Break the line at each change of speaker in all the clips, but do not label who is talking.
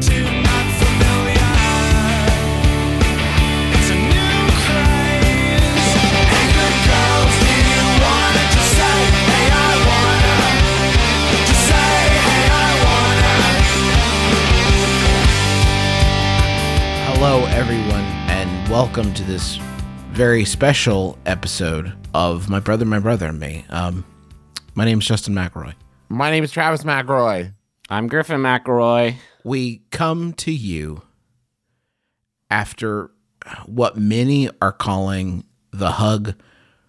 too not familiar. It's a new craze. Hey, good girls, do you wanna just say, hey, I wanna? Just say, hey, I wanna.
Hello, everyone, and welcome to this very special episode of My Brother, My Brother, and Me. Um, my name's Justin McElroy.
My name is Travis McElroy.
I'm Griffin McElroy.
We come to you after what many are calling the hug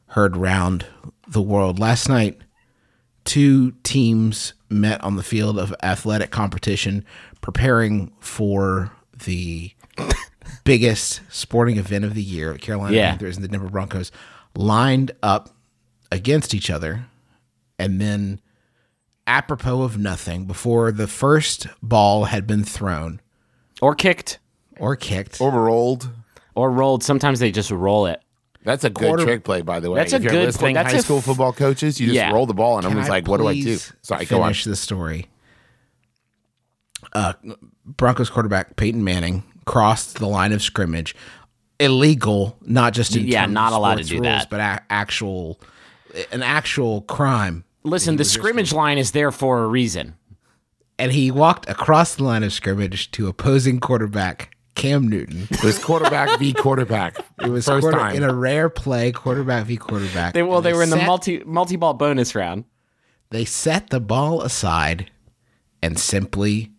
heard round the world. Last night, two teams met on the field of athletic competition preparing for the biggest sporting event of the year the Carolina
Yeah.
Panthers and the Denver Broncos lined up against each other and then apropos of nothing before the first ball had been thrown
Or kicked
or kicked
Overrolled.
or rolled. Sometimes they just roll it.
That's a good
Quarter-
trick play, by the way.
That's a
if you're
good
listening,
play. That's
high
a
school
f-
football coaches, you just
Yeah.
roll the ball, and
Can
everyone's
I
like, "What do I do?"
please
Sorry, go on.
finish the story. Uh, Broncos quarterback Peyton Manning crossed the line of scrimmage, illegal, not just in
Yeah,
terms
not
of
allowed to
sports
do
rules,
that.
but a- actual, an actual crime.
Listen, the scrimmage line is there for a reason.
And he walked across the line of scrimmage to opposing quarterback Cam Newton.
It was quarterback v quarterback.
It was
first
quarter-
time.
in a rare play, quarterback v quarterback.
They well,
And
they were in the
set-
multi multi ball bonus round.
They set the ball aside and simply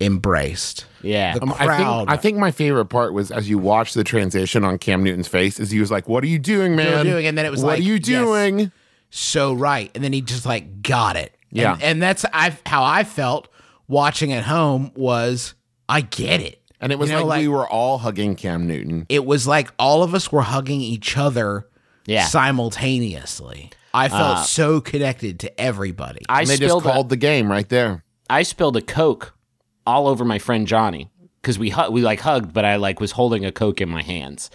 embraced.
Yeah,
The
Um, I
crowd.
think I think my favorite part was as you watched the transition on Cam Newton's face, is he was like, "What are you doing, man?
doing?" And then it was
"What
like,
are you
yes.
doing?"
so right and then he just like got it And-
Yeah.
and, that's i how i felt watching at home was i get it
And it was
You know,
like, we were all hugging Cam Newton.
it was like all of us were hugging each other
Yeah.
simultaneously i
Uh,
felt so connected to everybody
I
And they just
spilled a-
called the game right there.
I spilled a coke all over my friend Johnny because we hu- we like hugged, but I like was holding a coke in my hands,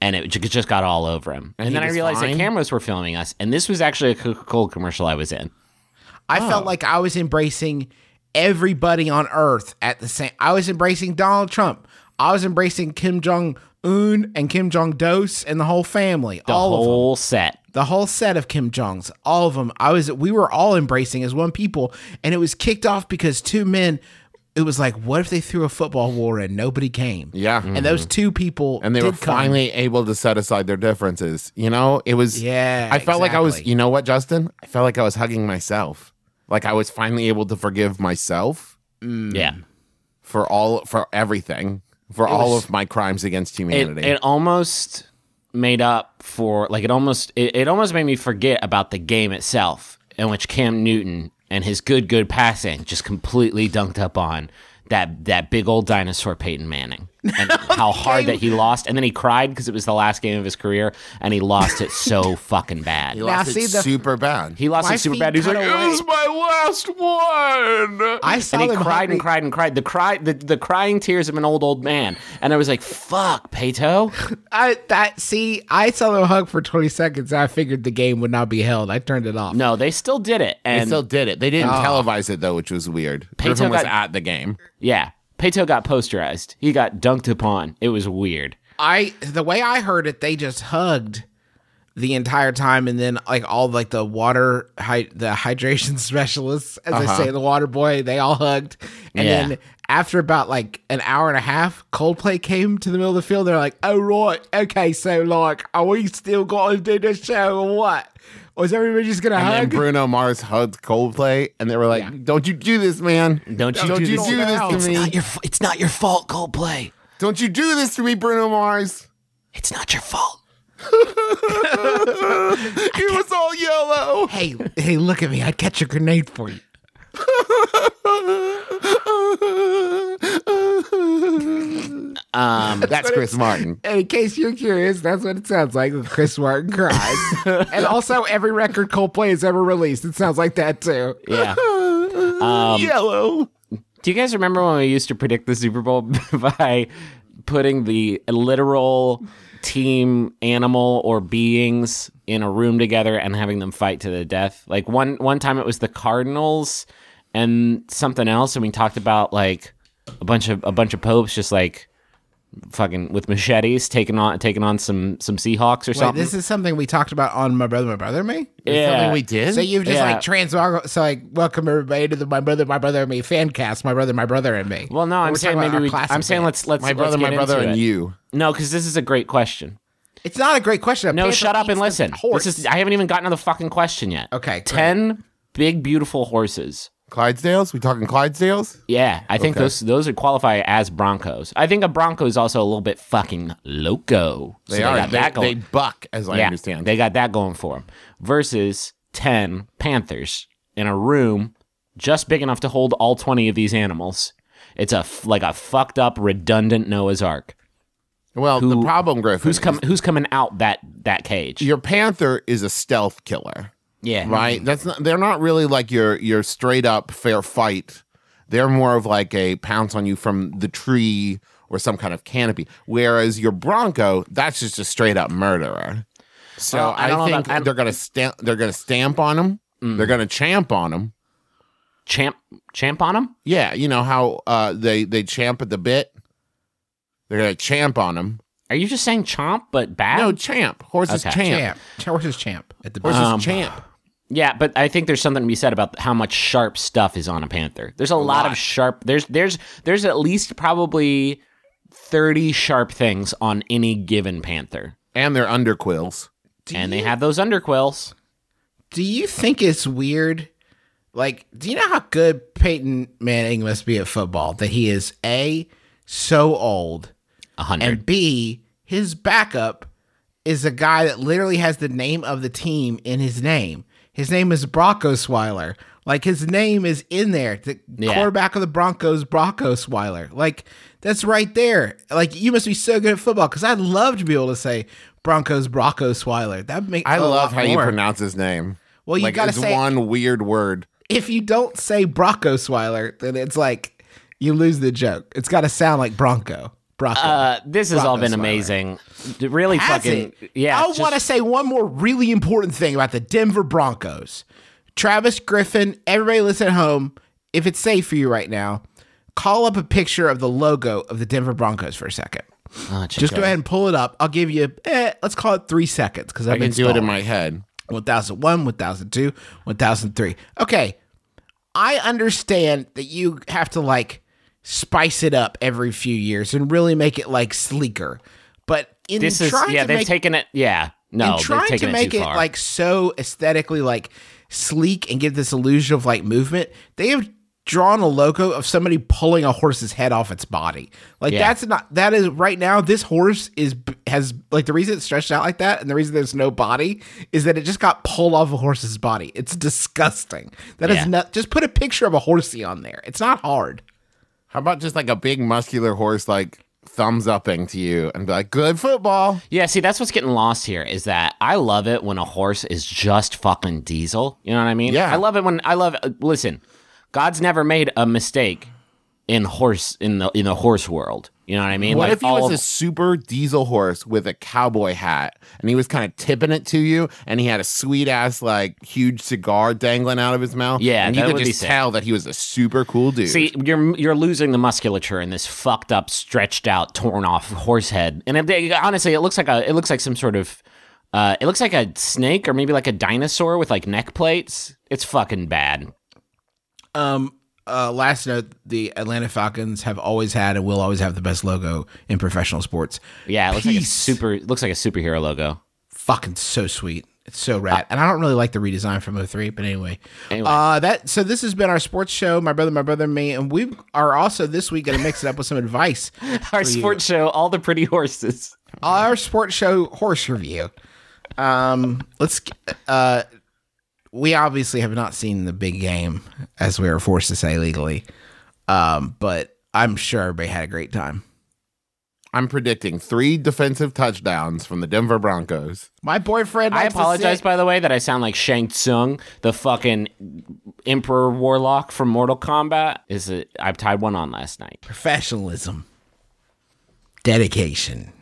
and it ju- just got all over him. And,
he
then I
was
realized
fine?
the cameras were filming us, and this was actually a Coca Cola commercial I was in.
I felt
Oh.
like I was embracing everybody on earth at the same I was embracing Donald Trump. I was embracing Kim Jong Un and Kim Jong Dos and the whole family.
The
all of them.
whole set.
the whole set of Kim Jongs, all of them. I was we were all embracing as one people, and it was kicked off because two men. It was like, what if they threw a football war and nobody came?
Yeah.
and those
Mm-hmm.
two people
and they
did
were
come.
finally able to set aside their differences. You know, it was
Yeah,
I felt like I was,
exactly.
you know what, Justin? I felt like I was hugging myself. Like I was finally able to forgive myself
Yeah.
for all for everything, for all of my crimes against
it,
humanity.
it almost made up for like it almost it, it almost made me forget about the game itself in which cam newton and his good good passing just completely dunked up on that that big old dinosaur peyton manning and how hard that he lost and then he cried because it was the last game of his career and he lost it so fucking bad
He lost
Now,
it
see, the-
super bad.
he lost
My
it super
feet
bad he's
cut
like it
away.
was my last one
I saw
and he
them
cried
hugging-
and cried and cried the cry the, the crying tears of an old old man and i was like fuck peyto
I that see, I saw them hug for twenty seconds. And I figured the game would not be held. I turned it off.
No, they still did it.
they
And
still did it. They didn't televise it though, which was weird. Griffin was
got-
at the game.
yeah, Peto got posterized. He got dunked upon. It was weird.
I the way I heard it, they just hugged the entire time, and then like all like the water, hy- the hydration specialists, as
Uh-huh.
I say, the water boy, they all hugged, and
Yeah.
then after about like an hour and a half, Coldplay came to the middle of the field. They're like, "Oh right, okay, so like, are we still going to do the show or what? Or is everybody just gonna
And then
hug?"
Bruno Mars hugged Coldplay, and they were like, "Don't you do this, man!
Don't you
don't
do
you
this.
do this to me!
your. It's not your fault, Coldplay.
Don't you do this to me, Bruno Mars!
It's not your fault.
It was all yellow."
hey, hey, look at me! I'd catch a grenade for you.
Um,
That's Chris Martin.
And in case you're curious, that's what it sounds like when Chris Martin cries. and also, every record Coldplay has ever released, it sounds like that too.
yeah.
Um, Yellow.
Do you guys remember when we used to predict the Super Bowl by putting the literal team animal or beings in a room together and having them fight to the death? Like one one time it was the Cardinals and something else and we talked about like a bunch of a bunch of popes just like fucking with machetes taking on taking on some some Seahawks or
Wait,
something.
this is something we talked about on My Brother, My Brother, Me.
yeah.
Something we did.
So you've just
Yeah.
like transmog. So like, welcome everybody to the My Brother, My Brother and Me fan cast. My brother, my brother and me.
well, no,
We're
I'm
talking
saying
about
maybe
our
we.
classic
I'm saying
band.
let's let's
My brother,
let's
my
get
brother,
into
and
it.
you.
No, because this is a great question.
It's not a great question.
No,
Panther
shut up
eats
and
the
listen.
horse.
This is I haven't even gotten to the fucking question yet.
Okay, great.
Ten big beautiful horses.
Clydesdales? We talking Clydesdales?
Yeah, I think
Okay.
those those would qualify as broncos. I think a bronco is also a little bit fucking loco. So
They are.
got that
they, they
going.
buck, as I
yeah,
understand.
they got that going for them. Versus ten panthers in a room just big enough to hold all twenty of these animals. It's a f- like a fucked up redundant Noah's Ark.
well, the problem, Griffin,
Who's
is
coming? Who's coming out that that cage?
your panther is a stealth killer,
yeah,
right? That's not. They're not really like your your straight up fair fight. They're more of like a pounce on you from the tree or some kind of canopy. Whereas your bronco, that's just a straight up murderer. So
Well, I
I,
don't know about-
think
Mm. I don't-
they're gonna stamp. They're gonna stamp on them. They're gonna champ on them.
Champ, champ on him.
Yeah, you know how uh, they they champ at the bit. They're gonna champ on them.
Are you just saying chomp but bad?
No, champ. Horses
Okay. Um,
champ.
champ. Horses champ at the
Horses
Uh-huh.
bottom.
champ.
yeah, but I think there's something to be said about how much sharp stuff is on a panther. There's a, lot, of sharp. There's there's there's at least probably thirty sharp things on any given panther,
And their underquills.
and they have those underquills.
Do you think it's weird? Like, do you know how good Peyton Manning must be at football that he is a so old
A hundred.
and B his backup is a guy that literally has the name of the team in his name. His name is Brockosweiler. Like his name is in there. The
Yeah.
quarterback of the Broncos, Brockosweiler. Like that's right there. Like you must be so good at football because I'd love to be able to say Broncos, Brockosweiler. That makes
I love how you
more.
pronounce his name.
Well, you
like,
gotta
it's
say-
one weird word.
if you don't say Brockosweiler, then it's like you lose the joke. It's got to sound like Bronco. Bronco.
Uh, this has all
Broncos,
been
by the way.
amazing. D- Really
Has
fucking
it?
yeah.
I
just-
want to say one more really important thing about the Denver Broncos. Travis Griffin, everybody listen at home, if it's safe for you right now, call up a picture of the logo of the Denver Broncos for a second.
Oh,
Just go ahead and pull it up. I'll give you, eh, let's call it three seconds because
I can do it in my head.
1001, 1002, 1003. Okay. I understand that you have to like spice it up every few years and really make it like sleeker. But in
This is
trying
yeah.
to
They've
make,
taken it. Yeah.
in
No, they've
trying
taken
to
it
make
too
it
far.
like so aesthetically like sleek and give this illusion of like movement, they have drawn a logo of somebody pulling a horse's head off its body. Like
Yeah.
that's not that is right now this horse is has like the reason it's stretched out like that and the reason there's no body is that it just got pulled off a horse's body. It's disgusting. That is
Yeah.
not just put a picture of a horsey on there. It's not hard.
How about just like a big muscular horse, like thumbs upping to you and be like, good football.
Yeah, see, that's what's getting lost here is that I love it when a horse is just fucking diesel. You know what I mean?
Yeah.
I love it when I love. uh, Listen, God's never made a mistake in horse in the in the horse world. You know what I mean?
What
Like,
if he
all
was
of-
a super diesel horse with a cowboy hat and he was kind of tipping it to you and he had a sweet ass, like huge cigar dangling out of his mouth?
Yeah,
And you
that
could
would be
just
sick.
tell that he was a super cool dude.
See, you're you're losing the musculature in this fucked up, stretched out, torn off horse head, and it- it, honestly, it looks like a it looks like some sort of uh, it looks like a snake or maybe like a dinosaur with like neck plates. It's fucking bad.
Um, uh, last note: the Atlanta Falcons have always had and will always have the best logo in professional sports.
Yeah, it looks like a
Peace.
super it looks like a superhero logo.
Fucking so sweet. It's so rad. and I don't really like the redesign from 03, but anyway.
Anyway.
Uh, that so this has been our sports show, my brother, my brother, and me, and we are also this week gonna mix it up with some advice.
Our sports show, all the pretty horses.
Our sports show horse review. Um, let's. Uh, we obviously have not seen the big game, as we were forced to say legally. Um, but I'm sure everybody had a great time.
I'm predicting three defensive touchdowns from the Denver Broncos.
My boyfriend.
I
likes to
apologize,
sit-
by the way, that I sound like Shang Tsung, the fucking Emperor Warlock from Mortal Kombat. Is it? I tied one on last night.
professionalism, dedication,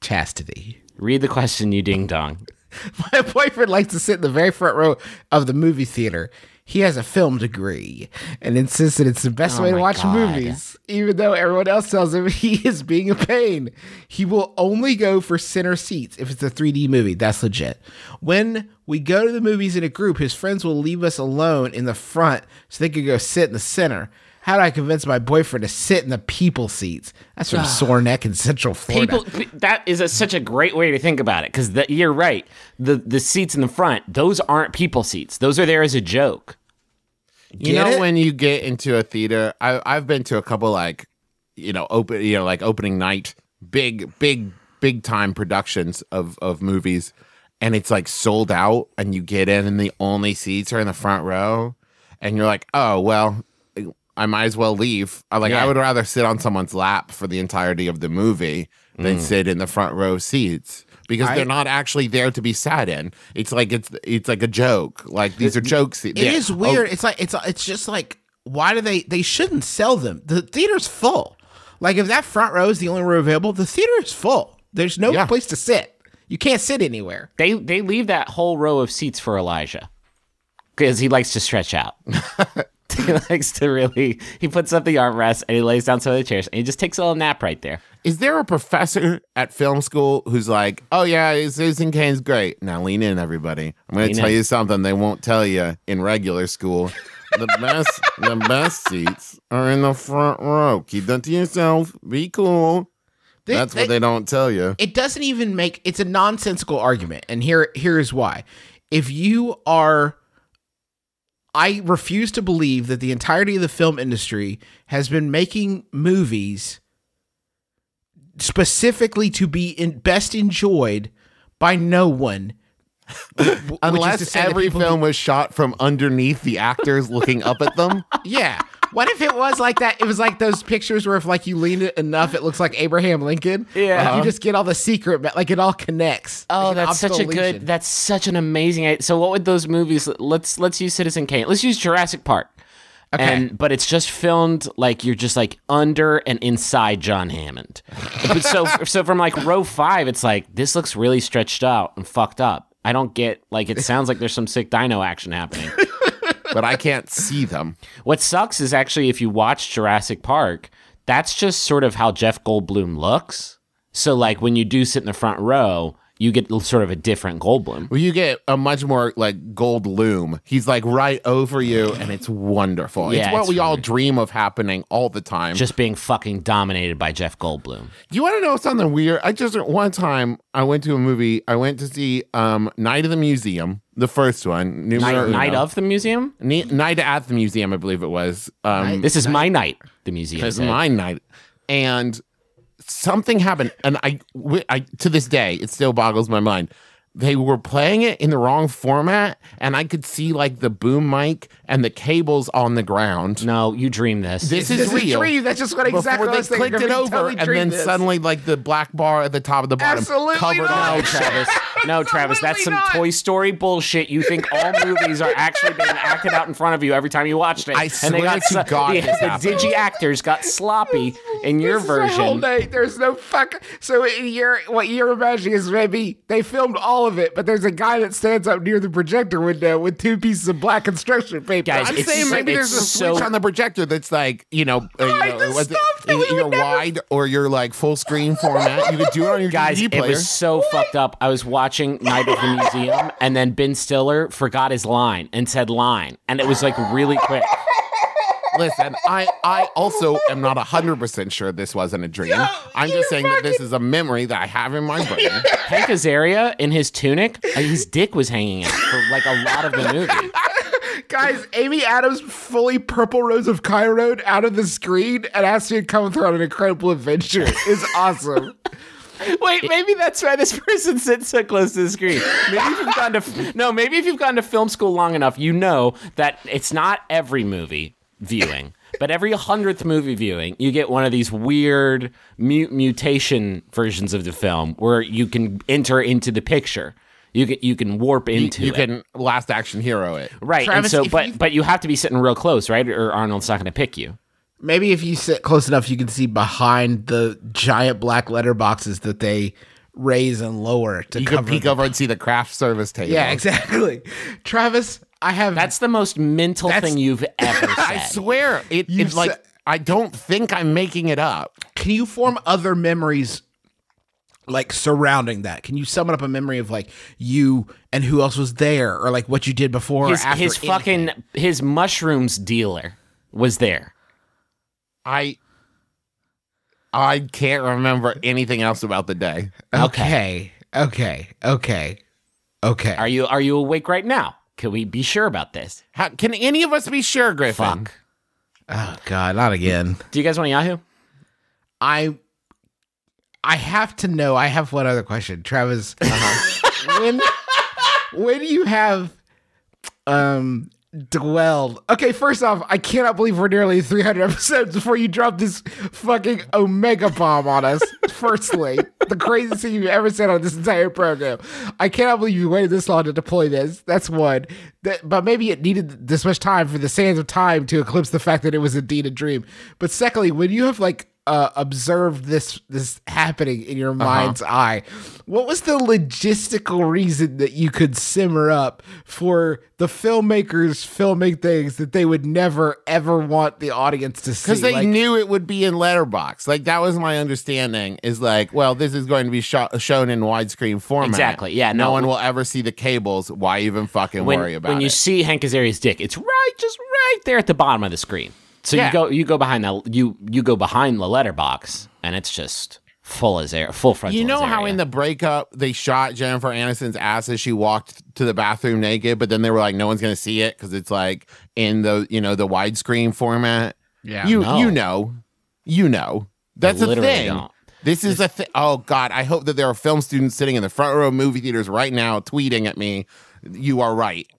chastity.
Read the question, you ding dong.
My boyfriend likes to sit in the very front row of the movie theater. He has a film degree and insists that it's the best way to
Oh my
watch
God.
movies, even though everyone else tells him he is being a pain. He will only go for center seats if it's a 3D movie. That's legit. When we go to the movies in a group, his friends will leave us alone in the front so they can go sit in the center. How do I convince my boyfriend to sit in the people seats? That's from Sore Neck in Central Florida.
People, p- that is a, such a great way to think about it because you're right. The the seats in the front, those aren't people seats. Those are there as a joke.
You
Get
know
it?
when you get into a theater, I, I've been to a couple like, you know, open, you know, like opening night, big, big, big time productions of of movies, and it's like sold out, and you get in, and the only seats are in the front row, and you're like, oh well, I might as well leave. I like, I
Yeah.
would rather sit on someone's lap for the entirety of the movie than
Mm.
sit in the front row seats. Because they're not actually there to be sat in. It's like it's it's like a joke. Like these are jokes.
It is weird. It's like it's it's just like why do they they shouldn't sell them? The theater's full. Like if that front row is the only row available, the theater is full. There's no
Yeah.
place to sit. You can't sit anywhere.
They they leave that whole row of seats for Elijah because he likes to stretch out. he likes to really. He puts up the armrest and he lays down some of the chairs and he just takes a little nap right there.
Is there a professor at film school who's like, "Oh yeah, Citizen Kane's great"? Now lean in, everybody. I'm going to
Lean
tell
in.
you something they won't tell you in regular school. the best, the best seats are in the front row. Keep that to yourself. Be cool.
They-
That's what they don't tell you.
it doesn't even make it's a nonsensical argument and here here is why if you are i refuse to believe that the entirety of the film industry has been making movies specifically to be in, best enjoyed by no one w- which is to
Unless
say that
every
people
film was shot from underneath the actors looking up at them.
yeah. What if it was like that? It was like those pictures where if like you lean it enough, it looks like Abraham Lincoln.
Yeah.
Like, you just get all the secret, but like it all connects.
Oh,
Like, an
that's such a
obsolescence.
good. That's such an amazing. i- So, what would those movies? Let's let's use Citizen Kane. Let's use Jurassic Park.
Okay.
And but it's just filmed like you're just like under and inside John Hammond. But so so from like row five, it's like this looks really stretched out and fucked up. I don't get like it sounds like there's some sick dino action happening.
but I can't see them.
What sucks is actually if you watch Jurassic Park, that's just sort of how Jeff Goldblum looks. So like when you do sit in the front row, you get sort of a different Goldblum.
Well, you get a much more like gold loom. He's like right over you, and it's wonderful. it's
Yeah,
what
it's
we all dream of happening all the time.
Just being fucking dominated by Jeff Goldblum.
Do you want to know something weird? I just one time I went to a movie. I went to see um, Night of the Museum, the first one.
Night,
numero uno.
night of the museum?
Ni- Night at the Museum, I believe it was. Um,
This is my night, the museum.
it's
said.
my night, and something happened, and I, wi- I to this day it still boggles my mind. They were playing it in the wrong format, and I could see like the boom mic and the cables on the ground.
No, you dream this.
This, is,
This is
real.
a dream. That's just what exactly
Before
I
they
was thinking.
clicked
of.
it
You
over,
totally
and
dreamed
then
this.
suddenly, like the black bar at the top of the bottom,
Absolutely
covered
not.
no,
in
Travis. No, Travis. That's some
not.
Toy Story bullshit. You think all movies are actually being acted out in front of you every time you watched it.
I swear to God
the,
this
the
happened.
digi actors got sloppy in your
This is a whole
version.
night. There's no fuck. So in your, what you're imagining is maybe they filmed all of it, but there's a guy that stands up near the projector window with two pieces of black construction paper.
Guys,
I'm
It's
saying
so-
maybe there's a
it's so-
switch on the projector that's like you know, uh, you know
this
what's it-
stuff that
is
we
it
would
your
never-
wide or your like full screen format. You could do it on your
Guys,
DVD
it
player.
was so fucked up. I was watching Night of the Museum, and then Ben Stiller forgot his line and said line, and it was like really quick.
Listen, I I also am not hundred percent sure this wasn't a dream. I'm just saying that this is a memory that I have in my brain.
Hank Azaria in his tunic, uh, his dick was hanging out for like a lot of the movie.
guys, Amy Adams fully purple rose of Cairo out of the screen and asked me to come with her on an incredible adventure. It's awesome.
Wait, maybe that's why this person sits so close to the screen. Maybe if you've gone to no, maybe if you've gone to film school long enough, you know that it's not every movie viewing, But every hundredth movie viewing, you get one of these weird mute mutation versions of the film where you can enter into the picture. You can you can warp into
you
it.
can last action hero it.
right.
Travis,
and so,
if
but
you-
but you have to be sitting real close, right? Or Arnold's not going to pick you.
Maybe if you sit close enough, you can see behind the giant black letter boxes that they raise and lower to
You can
cover.
peek over and see the craft service table.
yeah, exactly. Travis, I have
That's the most mental
That's-
thing you've ever said.
I swear it.
You
It's like
sa-
I don't think I'm making it up.
can you form other memories like surrounding that? Can you summon up a memory of like you and who else was there or like what you did before
his
or after
his
anything?
fucking his mushrooms dealer was there.
I I can't remember anything else about the day.
Okay. Okay. Okay. Okay.
Are you are you awake right now? Can we be sure about this?
How, can any of us be sure, Griffin?
Fuck.
oh god, not again.
Do you guys want a Yahoo?
I I have to know. I have one other question, Travis. when when you have um dwelled. Okay, first off, I cannot believe we're nearly 300 episodes before you drop this fucking omega bomb on us. Firstly, the craziest thing you've ever said on this entire program. I cannot believe you waited this long to deploy this. That's one. That, but maybe it needed this much time for the sands of time to eclipse the fact that it was indeed a dream. But secondly, when you have like uh, observed this this happening in
Uh-huh.
your mind's eye. What was the logistical reason that you could simmer up for the filmmakers filming things that they would never ever want the audience to see?
Because they
Like,
knew it would be in letterbox. Like that was my understanding. Is like, well, this is going to be shot, shown in widescreen format.
Exactly, yeah,
No,
no.
one will ever see the cables. Why even fucking
When,
worry about
when you
it?
see Hank Azaria's dick, it's right just right there at the bottom of the screen. So
Yeah.
you go you go behind the you you go behind the letterbox and it's just full as air full frontal.
You know how
Azaria.
in the breakup they shot Jennifer Aniston's ass as she walked to the bathroom naked, but then they were like, no one's gonna see it because it's like in the you know the widescreen format.
Yeah.
you
No.
you know, you know. That's the
literally
thing.
don't.
This is a thing. Oh God, I hope that there are film students sitting in the front row of movie theaters right now tweeting at me. You are right.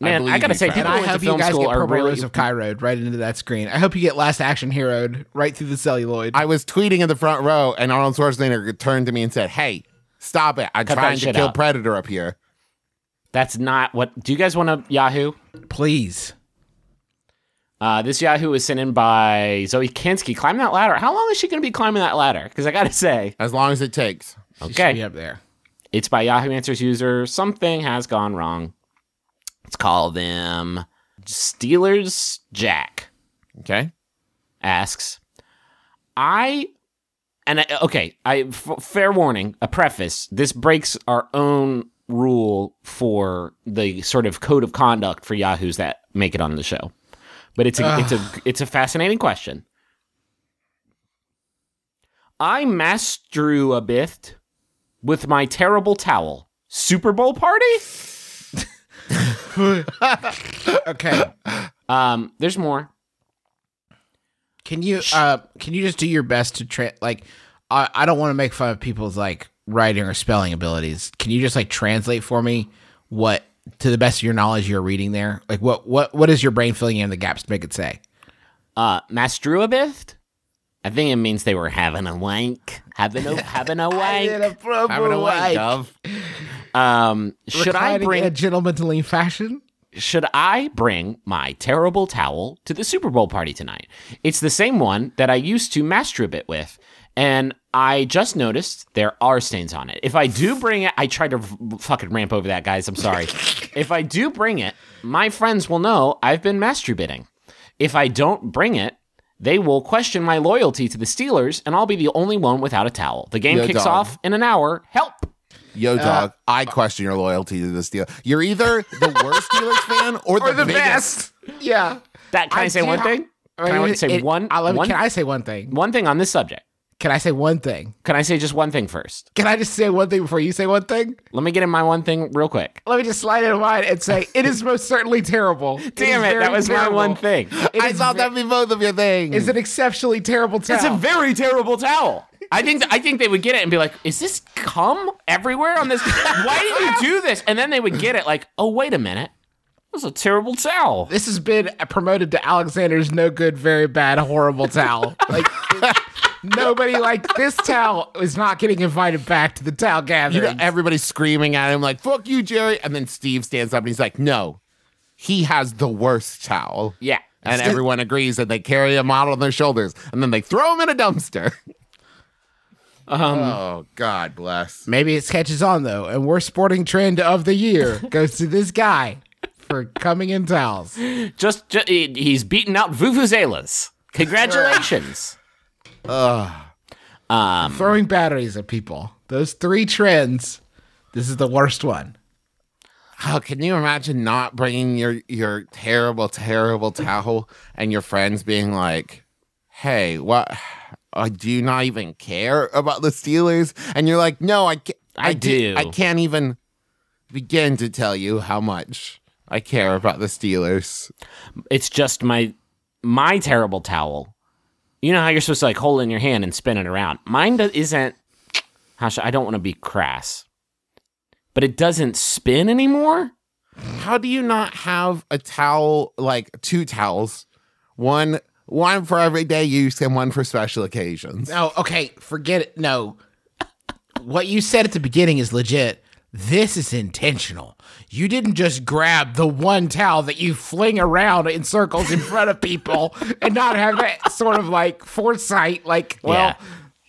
Man, I
believe
gotta
you,
say,
Travis.
And I
people went to
hope you
film
guys
school
get
are
Purple
really-
Rose of Cairo right into that screen. I hope you get Last Action Heroed right through the celluloid.
I was tweeting in the front row, and Arnold Schwarzenegger turned to me and said, "Hey, stop it! I'm
Cut that
trying to
shit
kill
out."
Predator up here."
that's not what do you guys want a Yahoo?
Please.
Uh, this Yahoo is sent in by Zoe Kinski. Climb that ladder. How long is she gonna be climbing that ladder? Because I gotta say,
As long as it takes.
She
Okay.
should be up there.
It's by Yahoo Answers user. Something has gone wrong. Let's call them Steelers Jack
Okay.
asks, I and I, okay, I f- fair warning, a preface. This breaks our own rule for the sort of code of conduct for Yahoos that make it on the show. But it's a, it's a it's a fascinating question. I mastrew a bit with my terrible towel. Super Bowl party?
Okay.
Um, there's more.
Can you uh can you just do your best to tra- like I I don't want to make fun of people's like writing or spelling abilities. Can you just like translate for me what to the best of your knowledge you're reading there? Like what what what is your brain filling in the gaps to make it say?
uh Mastruabift? I think it means they were having a wank. Having a having a wank.
Having a wine, Dove.
Um should I bring
in a gentlemanly fashion?
should I bring my terrible towel to the Super Bowl party tonight? It's the same one that I used to masturbate with, and I just noticed there are stains on it. If I do bring it, I tried to v- fucking ramp over that, guys. I'm sorry. if I do bring it, my friends will know I've been masturbating. If I don't bring it, they will question my loyalty to the Steelers, and I'll be the only one without a towel. The game
Yo,
kicks
dog.
off in an hour. Help!
Uh,
Yo, dog, I question your loyalty to the Steelers. You're either the worst Steelers fan or the, biggest.
Yeah.
That can I, say
do
one
ha-
thing? Can I say
It-
one?
I love
one,
Can I say one thing?
one thing on this subject?
Can I say one thing?
Can I say just one thing first?
Can I just say one thing before you say one thing?
Let me get in my one thing real quick.
Let me just slide it in mine and say it is most certainly terrible.
Damn
is
it, that
very
was my
terrible.
one thing.
It
I
is
thought
ve-
that'd be both of your things.
is an exceptionally terrible towel.
It's a very terrible towel. I think I think they would get it and be like, "Is this cum everywhere on this? Why did you do this?" And then they would get it like, "Oh, wait a minute.
That's a terrible towel.
This has been promoted to Alexander's no good, very bad, horrible towel. Like it- nobody like this towel is not getting invited back to the towel
You
gathering.
know, everybody's screaming at him like "fuck you, Jerry," and then Steve stands up and he's like, "No, he has the worst towel."
Yeah.
and everyone agrees, and they carry him out on their shoulders, and then they throw him in a dumpster. oh God bless.
Maybe it catches on though, and we're sporting trend of the year goes to this guy for coming in towels.
Just, ju- he- he's beating out vuvuzelas. Congratulations.
Throwing batteries at people. Those three trends. This is the worst one.
Oh, can you imagine not bringing your your terrible, terrible towel and your friends being like, "Hey, what? I do you not even care about the Steelers," and you're like, "No, I can't,
I do.
I can't even begin to tell you how much I care about the Steelers."
It's just my my terrible towel. You know how you're supposed to like hold it in your hand and spin it around. Mine do- isn't. How should I don't want to be crass, but it doesn't spin anymore.
How do you not have a towel like two towels, one one for everyday use and one for special occasions?
No, Oh, okay, forget it. No. what you said at the beginning is legit. This is intentional. You didn't just grab the one towel that you fling around in circles in front of people and not have that sort of like foresight. Like, well,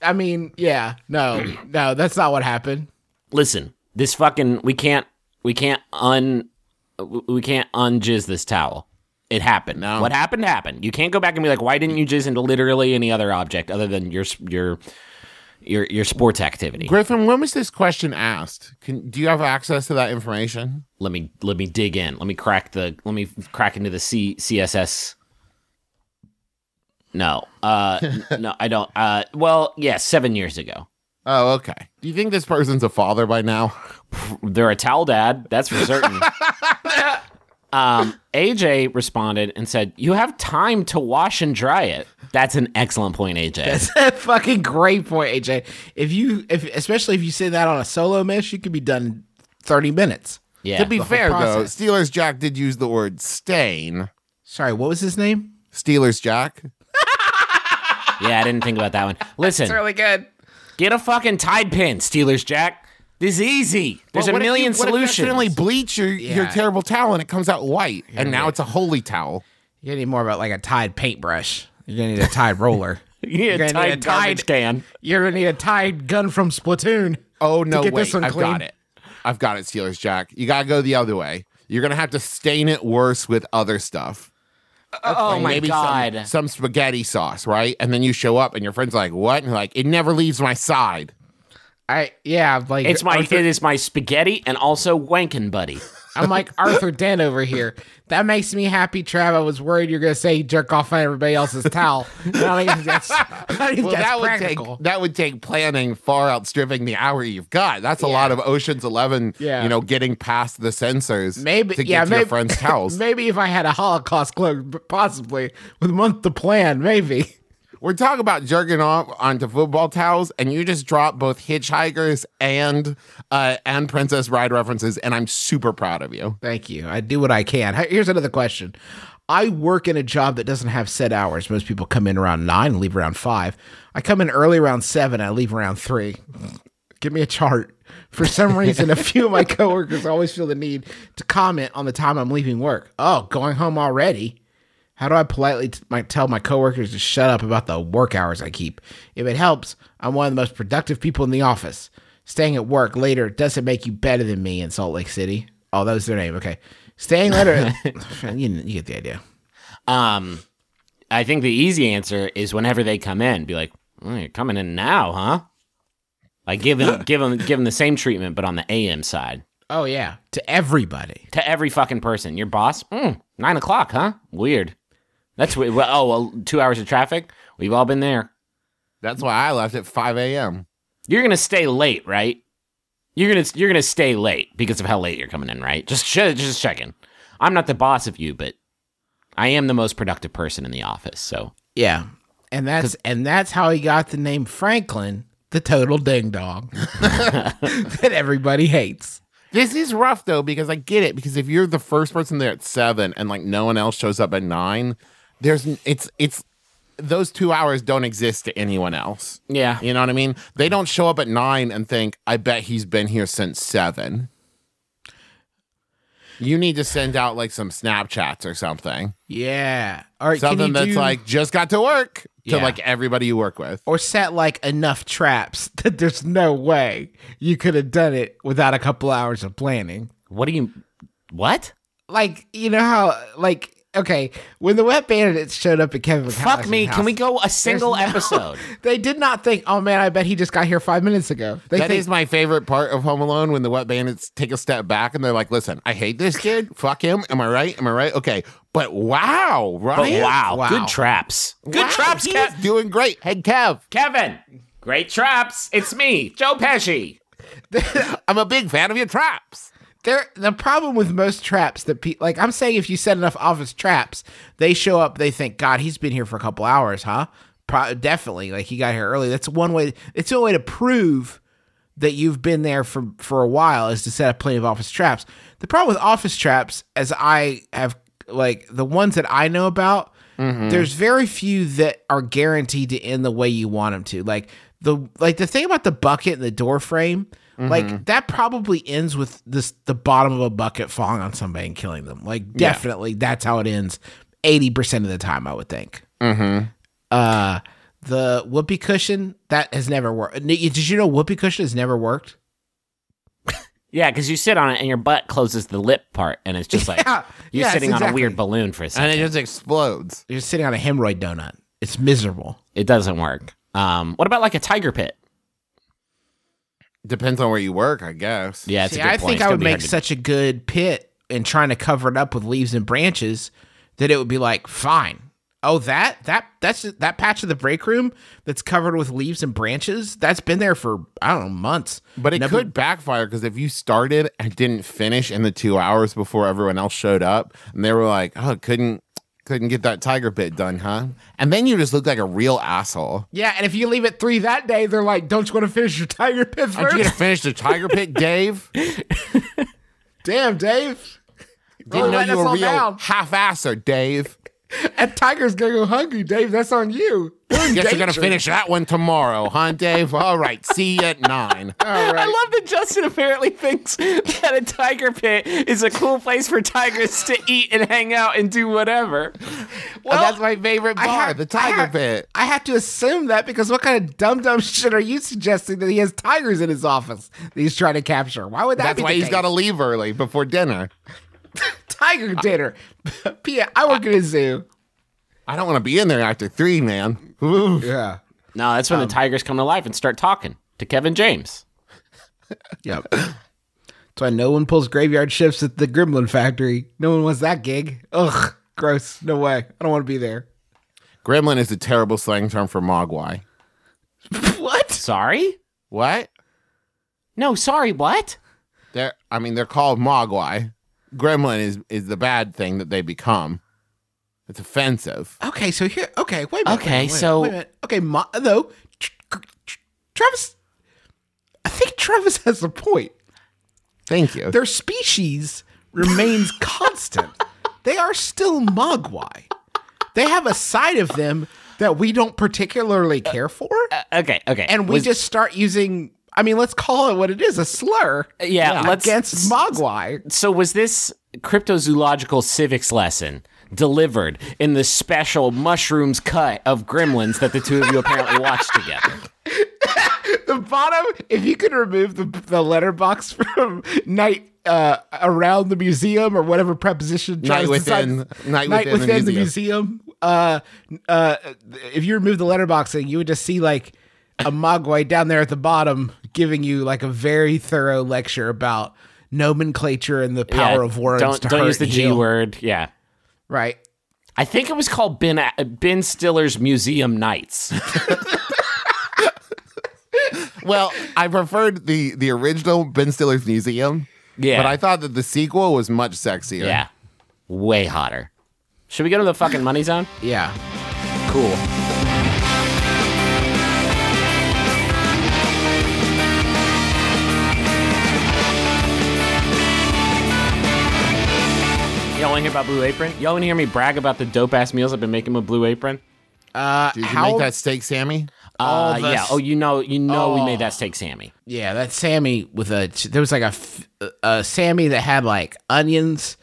I mean, yeah, no, no, that's not what happened.
Listen, this fucking we can't we can't un we can't unjizz this towel. It happened.
No.
What happened happened. You can't go back and be like, why didn't you jizz into literally any other object other than your s- your your your sports activity?
Griffin, when was this question asked? Can, do you have access to that information?
let me let me dig in. Let me crack the let me crack into the C, CSS. No, uh, n- no, I don't. Uh, well, yes, seven years ago.
Oh, okay. Do you think this person's a father by now?
They're a towel dad. That's for certain. um, AJ responded and said, "You have time to wash and dry it." That's an excellent point, AJ.
That's a fucking great point, AJ. If you, if especially if you say that on a solo miss, you could be done in thirty minutes.
yeah,
to be fair, though,
process.
Steelers Jack did use the word stain.
Sorry, what was his name?
Steelers Jack?
yeah. I didn't think about that one. Listen,
good.
get a fucking Tide pin, Steelers Jack. This is easy. There's
But
a
what if you-
million
what if you
solutions.
accidentally bleach your, your
Yeah.
terrible towel and it comes out white, and now it's a holy towel.
You need more about like a Tide paintbrush. You're gonna need a Tide roller.
you need
You're
a
gonna need
Tide
a
garbage
Tide-
can.
You're gonna need a Tide gun from Splatoon.
Oh no!
get
wait,
this one
I've got
clean.
it. I've got it, Steelers Jack. You gotta go the other way. You're gonna have to stain it worse with other stuff.
Oh
Like
my
maybe some-
god.
Some, spaghetti sauce, right? And then you show up, and your friend's like, "What?" And you're like, "It never leaves my side."
I yeah, I'm like
It's my
Arthur,
it is my spaghetti and also wankin' buddy.
I'm like Arthur Dent over here. That makes me happy, Trav. I was worried you're gonna say you jerk off on everybody else's towel. I don't think that's, I don't think
Well,
that's
that would
practical.
take that would take planning far outstripping the hour you've got. That's a lot of Ocean's Eleven.
Yeah.
you know, getting past the sensors.
Maybe
to get
yeah,
to
maybe
your friend's towels.
maybe if I had a Holocaust cloak, p- possibly with a month to plan, maybe.
We're talking about jerking off onto football towels, and you just drop both hitchhikers and uh, and Princess Ride references, and I'm super proud of you.
Thank you. I do what I can. Hey, Here's another question. I work in a job that doesn't have set hours. Most people come in around nine and leave around five. I come in early around seven. I leave around three. Give me a chart. For some reason, a few of my coworkers always feel the need to comment on the time I'm leaving work. Oh, going home already? How do I politely t- my, tell my coworkers to shut up about the work hours I keep? If it helps, I'm one of the most productive people in the office. Staying at work later doesn't make you better than me in Salt Lake City. Oh, that was their name. Okay. Staying later. you, you get the idea.
Um I think the easy answer is whenever they come in, be like, oh, you're coming in now, huh? Like give them give them give them the same treatment but on the AM side.
Oh, yeah. To everybody.
To every fucking person. Your boss, mm, nine o'clock, huh? Weird. That's weird. Well, oh well, two hours of traffic. We've all been there.
That's why I left at 5 a.m.
You're gonna stay late, right? You're gonna you're gonna stay late because of how late you're coming in, right? Just sh- just checking. I'm not the boss of you, but I am the most productive person in the office. So
Yeah. And that's and that's how he got the name Franklin, the total ding dong that everybody hates.
This is rough though because I get it because if you're the first person there at seven and like no one else shows up at nine, there's it's it's those two hours don't exist to anyone else.
Yeah.
You know what I mean? They don't show up at nine and think, I bet he's been here since seven. You need to send out like some Snapchats or something.
Yeah. All right. can
Something
you
that's
do-
like just got to work to
Yeah.
like everybody you work with.
or set like enough traps that there's no way you could have done it without a couple hours of planning.
What do you? What?
Like, you know how like okay, when the wet bandits showed up at Kevin
Fuck
McAllister's
me!
house,
Can we go a single
no-
episode?
They did not think, oh man, I bet he just got here five minutes ago. They
That
think
is my favorite part of Home Alone when the wet bandits take a step back and they're like, listen, I hate this kid. Fuck him. Am I right? Am I right? Okay. But wow,
But
right?
wow,
Wow.
good traps. Good
Wow,
traps,
he
Kev.
is doing great. Hey, Kev,
Kevin, great traps. It's me, Joe Pesci.
I'm a big fan of your traps.
there the problem with most traps that people like i'm saying if you set enough office traps they show up they think god he's been here for a couple hours huh Pro- definitely like he got here early that's one way it's a way to prove that you've been there for for a while is to set up plenty of office traps the problem with office traps as i have like the ones that i know about there's very few that are guaranteed to end the way you want them to like the like the thing about the bucket and the door frame like that probably ends with this the bottom of a bucket falling on somebody and killing them like definitely that's how it ends 80% of the time i would think
Mm-hmm.
uh the whoopee cushion that has never worked N- did you know whoopee cushion has never worked
Yeah, because you sit on it and your butt closes the lip part, and it's just like
Yeah,
you're
yes,
sitting on a
exactly.
weird balloon for a second.
And it just explodes.
you're sitting on a hemorrhoid donut it's miserable
It doesn't work. Um, what about like a tiger pit?
Depends on where you work, I guess.
Yeah, it's
See,
a good
i
point.
think
It's
i
gonna
would
be
make
hard to-
such a good pit and trying to cover it up with leaves and branches that it would be like fine oh that that that's that patch of the break room that's covered with leaves and branches that's been there for i don't know months
But it
Never-
could backfire because if you started and didn't finish in the two hours before everyone else showed up, and they were like, "Oh, couldn't couldn't get that tiger bit done, huh?" And then you just look like a real asshole.
yeah and if you leave at three that day they're like don't you want to finish your tiger pit
Aren't you
first
gonna finish the tiger pit, Dave?
damn dave
Didn't know
letting
you
us
were
all
real
down.
half-asser, Dave.
And Tiger's gonna go hungry, Dave. That's on you.
Guess you're gonna finish that one tomorrow, huh, Dave? All right, see you at nine.
All
I
right.
love that Justin apparently thinks that a tiger pit is a cool place for tigers to eat and hang out and do whatever.
Well, that's my favorite bar,
have-
the
I
tiger
have-
pit.
Uh, I have to assume that because what kind of dumb dumb shit are you suggesting that he has tigers in his office that he's trying to capture? Why would that
That's
be?
why
the
he's
case?
got to leave early before dinner.
tiger dinner. Pia, I work at a zoo.
I don't want to be in there after three, man. Oof.
Yeah.
no, that's
Um,
when the tigers come to life and start talking to Kevin James.
Yep. That's why no one pulls graveyard shifts at the Gremlin Factory. No one wants that gig. Ugh. Gross. No way. I don't want to be there.
Gremlin is a terrible slang term for Mogwai.
what?
Sorry?
What?
No, sorry. What?
They're I mean they're called Mogwai. Gremlin is is the bad thing that they become. It's offensive.
Okay, so here. Okay, wait a minute.
Okay,
wait a minute,
so-
wait a minute. okay, mo- though, tr- tr- tr- Travis. I think Travis has a point.
Thank you.
Their species remains constant. They are still mogwai. They have a side of them that we don't particularly
Uh,
care for,
Okay, okay.
and we just start using. I mean, let's call it what it is—a slur
yeah, let's
against mogwai.
so was this cryptozoological civics lesson delivered in the special mushrooms cut of gremlins that the two of you apparently watched together
the bottom if you could remove the, the letterbox from night uh, around the museum or whatever preposition
Night
tries to
within-
decide-
night within the
museum, uh, uh, if you remove the letterboxing you would just see like a mogwai down there at the bottom giving you like a very thorough lecture about nomenclature and the power
Yeah,
of words
don't,
to
don't
hurt
use the
and
g
heal.
word yeah
right
i think it was called ben, uh, ben stiller's museum nights
Well, I preferred the the original Ben Stiller's Museum.
Yeah.
But I thought that the sequel was much sexier.
yeah way hotter should we go to the fucking money zone
yeah
cool want to hear about Blue Apron? Y'all want to hear me brag about the dope ass meals I've been making with Blue Apron?
Did you
How-
make that steak, Sammy?
Uh,
the
yeah.
s-
Oh, you know, you know, we made that steak, Sammy.
Yeah, that Sammy with a there was like a f- a Sammy that had like onions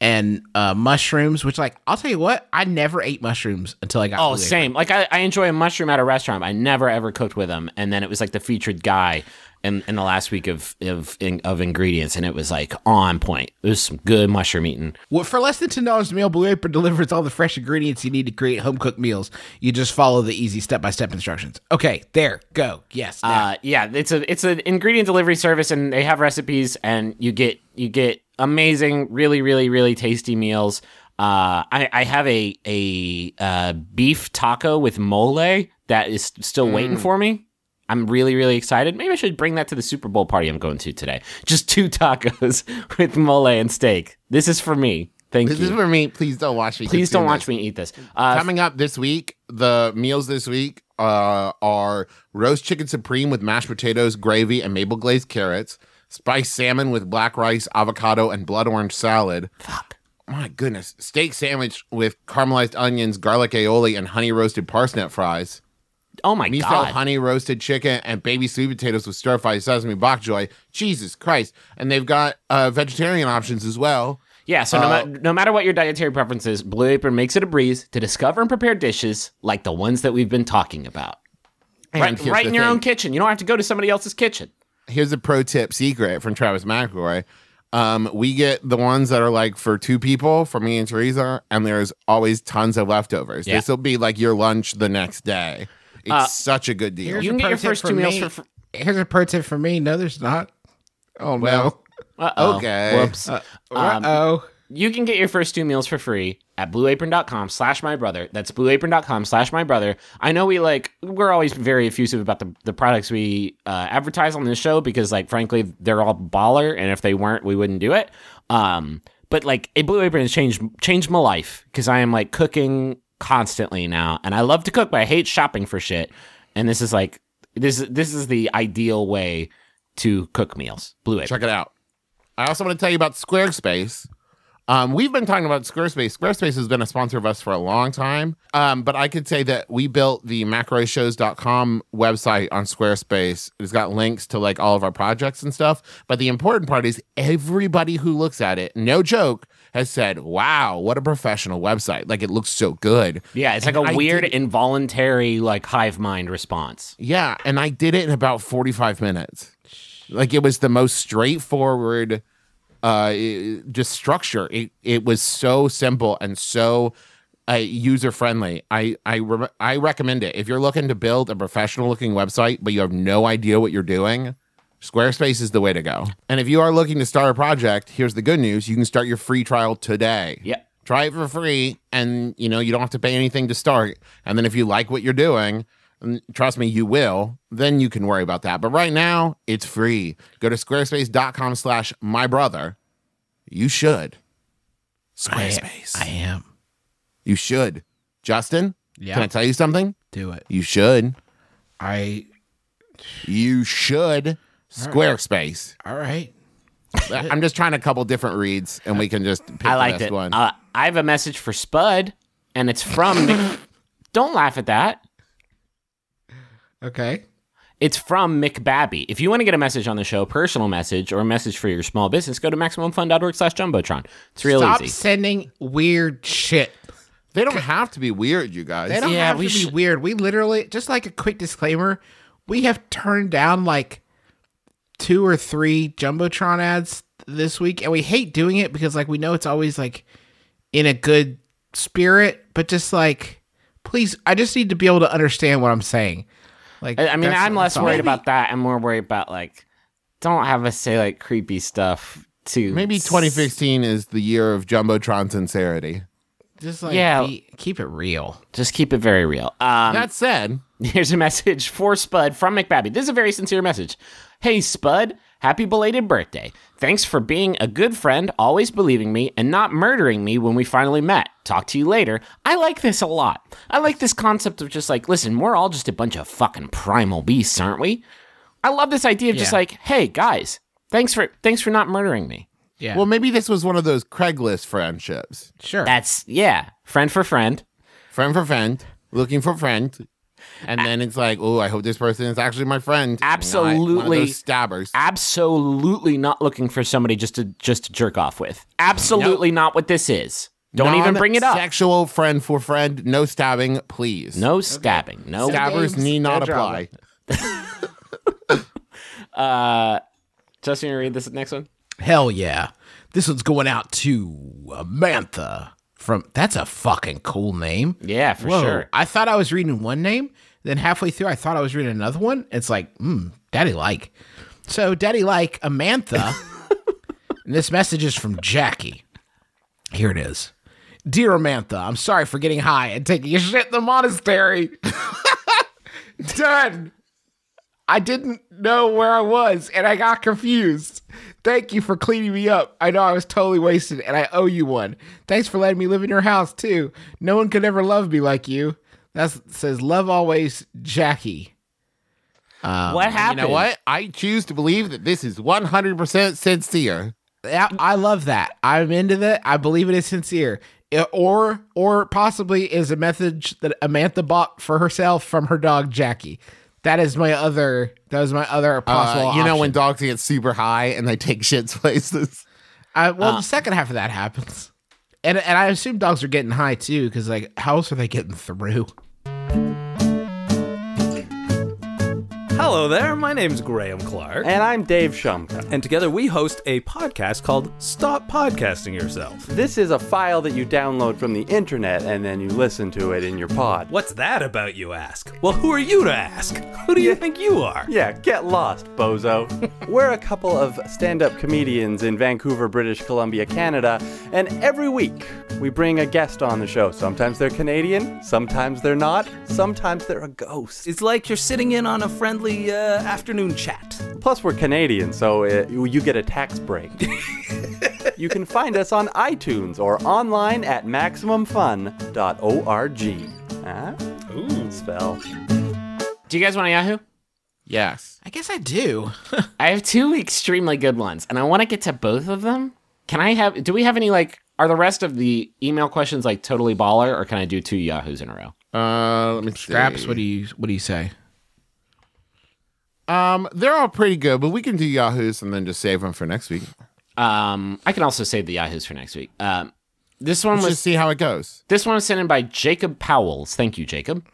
and uh, mushrooms, which like I'll tell you what, I never ate mushrooms until I got. Blue
Oh,
Apron.
same. Like I, I enjoy a mushroom at a restaurant. I never ever cooked with them, and then it was like the featured guy in, in the last week of of in, of ingredients, and it was like on point. It was some good mushroom eating.
Well, for less than ten dollars a meal, Blue Apron delivers all the fresh ingredients you need to create home cooked meals. You just follow the easy step by step instructions. Okay, there, go. Yes, now.
Uh, yeah, it's a it's an ingredient delivery service, and they have recipes, and you get you get amazing, really, really, really tasty meals. Uh, I, I have a a uh, beef taco with mole that is still waiting
Mm.
for me. I'm really, really excited. Maybe I should bring that to the Super Bowl party I'm going to today. Just two tacos with mole and steak. This is for me. Thank
This is
you.
for me. Please don't watch me.
Please don't
consume
watch
this.
me eat this. Uh,
Coming up this week, the meals this week uh, are roast chicken supreme with mashed potatoes, gravy, and maple glazed carrots, spiced salmon with black rice, avocado, and blood orange salad. Fuck. My goodness. Steak sandwich with caramelized onions, garlic aioli, and honey roasted parsnip fries.
oh my
Miso
god!
honey roasted chicken and baby sweet potatoes with stir fried sesame bok joy. Jesus Christ. And they've got uh, vegetarian options as well.
Yeah, so no, ma- no matter what your dietary preference is, Blue Apron makes it a breeze to discover and prepare dishes like the ones that we've been talking about.
And
Right,
here's
right
the
in your
thing.
own kitchen. You don't have to go to somebody else's kitchen.
here's a pro tip secret from Travis McElroy. Um, we get the ones that are like for two people, for me and Teresa, and there's always tons of leftovers.
Yeah.
This will be like your lunch the next day. It's such a good deal.
you can
a
get your
pro tip
first
for
two meals
me.
for fr-
Here's a pro tip for me. No, there's not. Oh no.
Well,
Uh-oh.
Okay.
Whoops. Um,
oh.
you can get your first two meals for free at blueapron.com slash my brother. That's blueapron.com slash my brother. I know we like, we're always very effusive about the, the products we uh, advertise on this show because, like, frankly, they're all baller. And if they weren't, we wouldn't do it. Um, but like, a Blue Apron has changed, changed my life because I am like cooking constantly now. And I love to cook, but I hate shopping for shit. And this is like, this, this is the ideal way to cook meals. Blue Apron.
Check it out. I also want to tell you about Squarespace. Um, we've been talking about Squarespace. Squarespace has been a sponsor of us for a long time. Um, but I could say that we built the macroshows.com website on Squarespace. It's got links to like all of our projects and stuff. But the important part is everybody who looks at it, no joke, has said, wow, what a professional website. Like it looks so good.
Yeah, it's like
And
a
I
weird,
did-
involuntary, like hive mind response.
Yeah, and I did it in about 45 minutes. Like it was the most straightforward uh i- just structure. It it was so simple and so uh, user friendly. I I re- I recommend it. If you're looking to build a professional looking website but you have no idea what you're doing, Squarespace is the way to go. And if you are looking to start a project, here's the good news. You can start your free trial today.
Yep.
Try it for free and you know, you don't have to pay anything to start. And then if you like what you're doing, and trust me, you will, then you can worry about that. But right now, it's free. Go to squarespace.com slash my brother. You should. Squarespace.
I am.
you should. Justin,
Yeah.
can I tell you something?
Do it.
You should.
I.
You should. Squarespace.
All right.
I'm just trying a couple different reads, and we can just pick
I
the
liked
best
it.
one.
Uh, I have a message for Spud, and it's from. Mc- Don't laugh at that.
Okay.
It's from McBabby. If you want to get a message on the show, personal message or a message for your small business, go to maximumfun.org slash jumbotron. It's real
Stop
easy.
sending weird shit.
they don't have to be weird, you guys.
They don't
Yeah,
have
we
to
should-
be weird. We literally just like a quick disclaimer. We have turned down like two or three jumbotron ads this week, and we hate doing it because like we know it's always like in a good spirit, but just like please, I just need to be able to understand what I'm saying. Like,
I I mean,
that's-
I'm less
that's all.
worried about that. I'm more worried about like, don't have us say like creepy stuff to
Maybe 2016 is the year of Jumbotron sincerity.
just like
Yeah.
be- keep it real.
Just keep it very real. Um,
That said,
Here's a message for Spud from McBabby. This is a very sincere message. Hey, Spud, happy belated birthday. Thanks for being a good friend, always believing me, and not murdering me when we finally met. Talk to you later. I like this a lot. I like this concept of just like, listen, we're all just a bunch of fucking primal beasts, aren't we? I love this idea of just
Yeah.
like, hey, guys, thanks for thanks for not murdering me.
Yeah.
Well, maybe this was one of those Craigslist friendships.
sure.
That's yeah, friend for friend.
Friend for friend, looking for friend. And then it's like, oh, I hope this person is actually my friend. not one of
Absolutely.
those stabbers.
Absolutely not looking for somebody just to just to jerk off with. Absolutely not what this is. Don't even bring it up.
Sexual friend for friend, no stabbing, please.
no stabbing. No.
stabbers
Games,
need not
no drama.
apply.
Justin, you read this next one.
Hell yeah. This one's going out to Amantha from that's a fucking cool name.
Yeah, for sure.
I thought I was reading one name, then halfway through I thought I was reading another one. It's like, hmm, Daddy like. So Daddy like Amantha. and this message is from Jackie. Here it is. Dear Amantha, I'm sorry for getting high and taking a shit in the monastery. Done. I didn't know where I was and I got confused. Thank you for cleaning me up. I know I was totally wasted and I owe you one. Thanks for letting me live in your house too. No one could ever love me like you. That says love always, Jackie.
what
Um, You
happened?
know what? I choose to believe that this is 100% sincere.
Yeah, I love that. I'm into that. I believe it is sincere. It- or or possibly is a message that Amantha bought for herself from her dog Jackie. That is my other that was my other
Uh,
possible.
you know when
option.
dogs get super high and they take shits places?
Uh, well, the second half of that happens, and and I assume dogs are getting high too, because like how else are they getting through?
Hello there, my name's Graham Clark.
And I'm Dave Shumka.
And together we host a podcast called Stop Podcasting Yourself.
This is a file that you download from the internet and then you listen to it in your pod.
What's that about, you ask? Well, who are you to ask? Who do you think you are?
Yeah, get lost, bozo. We're a couple of stand up comedians in Vancouver, British Columbia, Canada, and every week we bring a guest on the show. Sometimes they're Canadian, sometimes they're not, sometimes they're a ghost.
It's like you're sitting in on a friendly uh, afternoon chat.
Plus, we're Canadian, so uh you you get a tax break. you can find us on iTunes or online at MaximumFun.org. Huh? Ooh. Ah, Spell.
Do you guys want a Yahoo?
Yes.
I guess I do.
I have two extremely good ones, and I want to get to both of them. Can I have? Do we have any like? Are the rest of the email questions like totally baller, or can I do two Yahoos in a row?
Uh, let me see.
Scraps, what do you what do you say?
Um, they're all pretty good, but we can do Yahoo's and then just save them for next week.
Um, I can also save the Yahoos for next week. Um, this one
Let's
was
just see how it goes.
This one was sent in by Jacob Powells. Thank you, Jacob.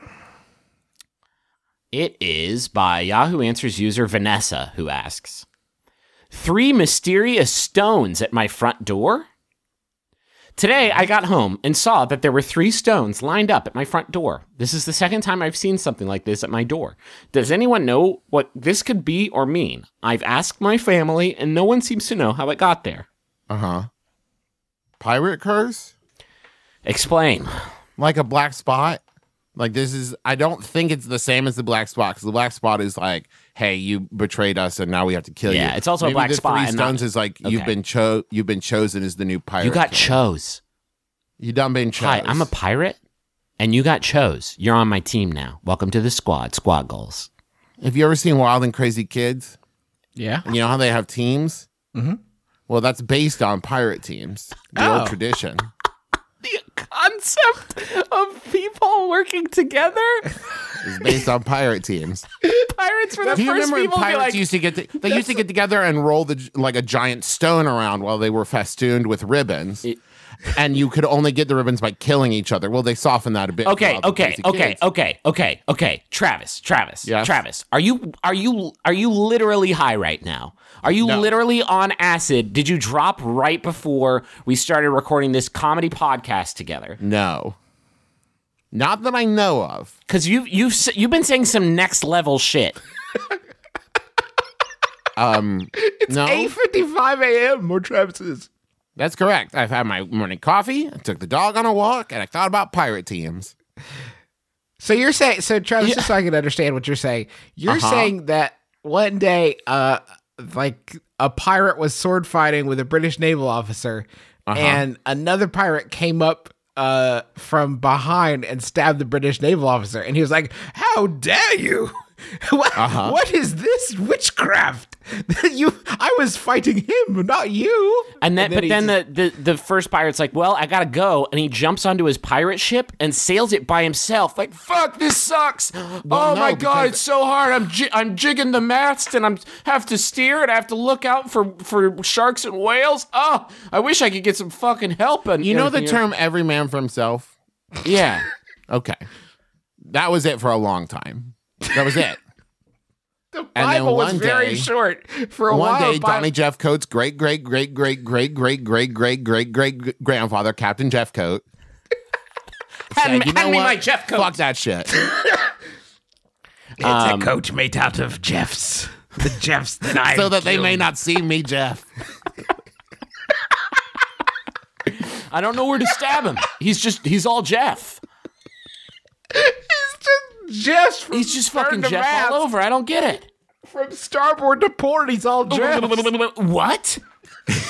It is by Yahoo Answers user Vanessa, who asks Three mysterious stones at my front door? Today, I got home and saw that there were three stones lined up at my front door. This is the second time I've seen something like this at my door. Does anyone know what this could be or mean? I've asked my family, and no one seems to know how it got there.
Uh huh. Pirate curse?
Explain.
Like a black spot? Like this is, I don't think it's the same as the black spot because the black spot is like, hey, you betrayed us and now we have to kill you.
Yeah, it's also a
Maybe
black
the
spot
Three
and not-
stones is like you've
Okay.
been cho- you've been chosen as the new pirate.
You got
king.
chose.
you done been
Hi,
chosen.
I'm a pirate, and you got chose. You're on my team now. Welcome to the squad, squad goals.
Have you ever seen Wild and Crazy Kids?
Yeah.
You know how they have teams? Mm-hmm. Well, that's based on pirate teams, the
Oh.
old tradition.
The concept of people working together?
It's based on pirate teams.
Pirates were the
Do you
first
remember when
people to be
pirates
like,
used to get to, they used to get together and roll the gi- like a giant stone around while they were festooned with ribbons, and you could only get the ribbons by killing each other. Well, they softened that a bit.
Okay,
with Wild
okay,
and Crazy
okay,
Kids.
okay, okay, okay. Travis, Travis,
Yes?
Travis. Are you are you are you literally high right now? Are you
No.
literally on acid? Did you drop right before we started recording this comedy podcast together?
No, not that I know of.
Because you you've s- you've been saying some next level shit.
no,
Eight fifty five a.m. More Travis's.
that's correct. I've had my morning coffee. I took the dog on a walk, and I thought about pirate teams.
So you're saying so Travis, just so I can understand what you're saying, you're
Uh-huh.
saying that one day, uh, like a pirate was sword fighting with a British naval officer,
Uh-huh.
and another pirate came up. Uh, from behind and stabbed the British naval officer, and he was like, "How
Uh-huh.
dare you! What, what is this witchcraft? you, I was fighting him, not you.
And then, but
he
then
just-
the, the the first pirate's like, "Well, I gotta go," and he jumps onto his pirate ship and sails it by himself. Like, fuck, this sucks. oh my
no,
god,
because-
it's so hard. I'm j- I'm jigging the mast, and I'm have to steer, and I have to look out for for sharks and whales. Oh, I wish I could get some fucking help. And
You know the
everything.
term every man for himself?
yeah.
Okay. That was it for a long time. That was it.
The
then
Bible was
one
very
day-
short for a
One
while.
day,
the Bi-
Donnie Jeff Coates' great, great, great, great, great, great, great, great, great, great grandfather, Captain Jeff Coates,
hand,
said, "You
hand
know
me
what?
my Jeff coat.
Fuck that shit. Um,
it's a coat made out of Jeffs, the Jeffs that I
so that they may not see me, Jeff.
I don't know where to stab him. He's just he's all Jeff.
Jeffs from,
He's just fucking
to
Jeff
mouth.
all over. I don't get it.
from starboard to port. He's all Jeffs.
What?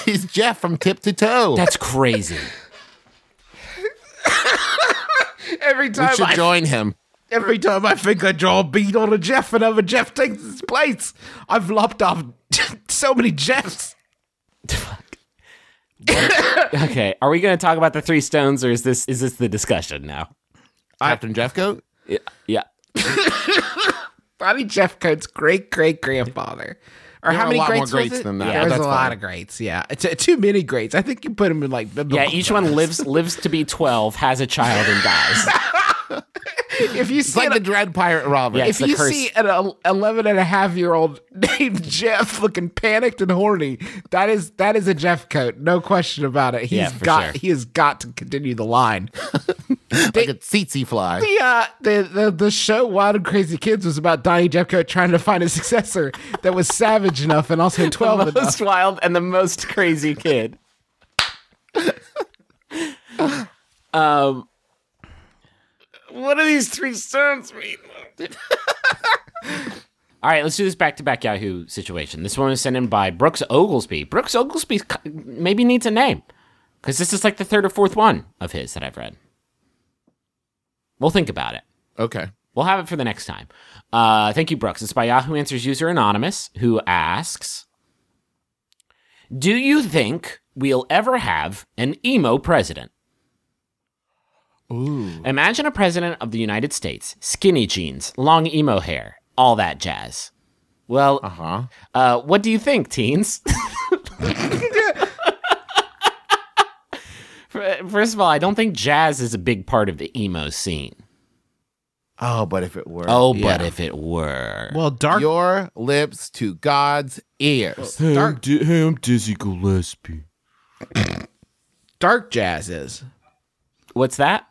He's Jeff from tip to toe.
That's crazy.
every
we
time
should
I
join him.
every time I think I draw a bead on a Jeff, another Jeff takes his place. I've lopped off so many Jeffs.
Okay, are we gonna talk about the three stones, or is this is this the discussion now?
Captain Jeff Coates?
Yeah. yeah.
Donnie Jeffcoat's great great grandfather. Or
There
how
are a
many
lot more
greats, was
greats
it?
than that,
Yeah,
but
there's
that's
a lot
fine.
of greats. Yeah, T- too many greats. I think you put him in like
Yeah,
Oh,
biblical
each one
times.
lives lives to be twelve, has a child, and dies.
If you
It's
see
like
an,
the Dread Pirate Robert.
Yeah,
if
it's the
you
curse.
see an el- 11 and a half year old named Jeff looking panicked and horny, that is that is a Jeff coat, no question about it. He's
Yeah, for
got
sure.
he has got to continue the line.
like a tsetse fly.
the, uh, the the the show Wild and Crazy Kids was about Donnie Jeffcoat trying to find a successor that was savage enough and also twelve enough.
most wild and the most crazy kid.
Um,
What do these three stones mean?
all right, let's do this back to back Yahoo situation. This one was sent in by Brooks Oglesby. Brooks Oglesby c- maybe needs a name because this is like the third or fourth one of his that I've read. We'll think about it.
Okay.
We'll have it for the next time. Uh, thank you, Brooks. It's by Yahoo Answers user Anonymous, who asks Do you think we'll ever have an emo president? Ooh. Imagine a president of the United States, skinny jeans, long emo hair, all that jazz. Well,
Uh huh.
uh, what do you think, teens? Fir- First of all, I don't think jazz is a big part of the emo scene.
Oh, but if it were.
Oh, but if it were.
Well, dark
Your lips to God's ears.
dark
hey, I'm Dizzy Gillespie.
dark jazz is
What's that?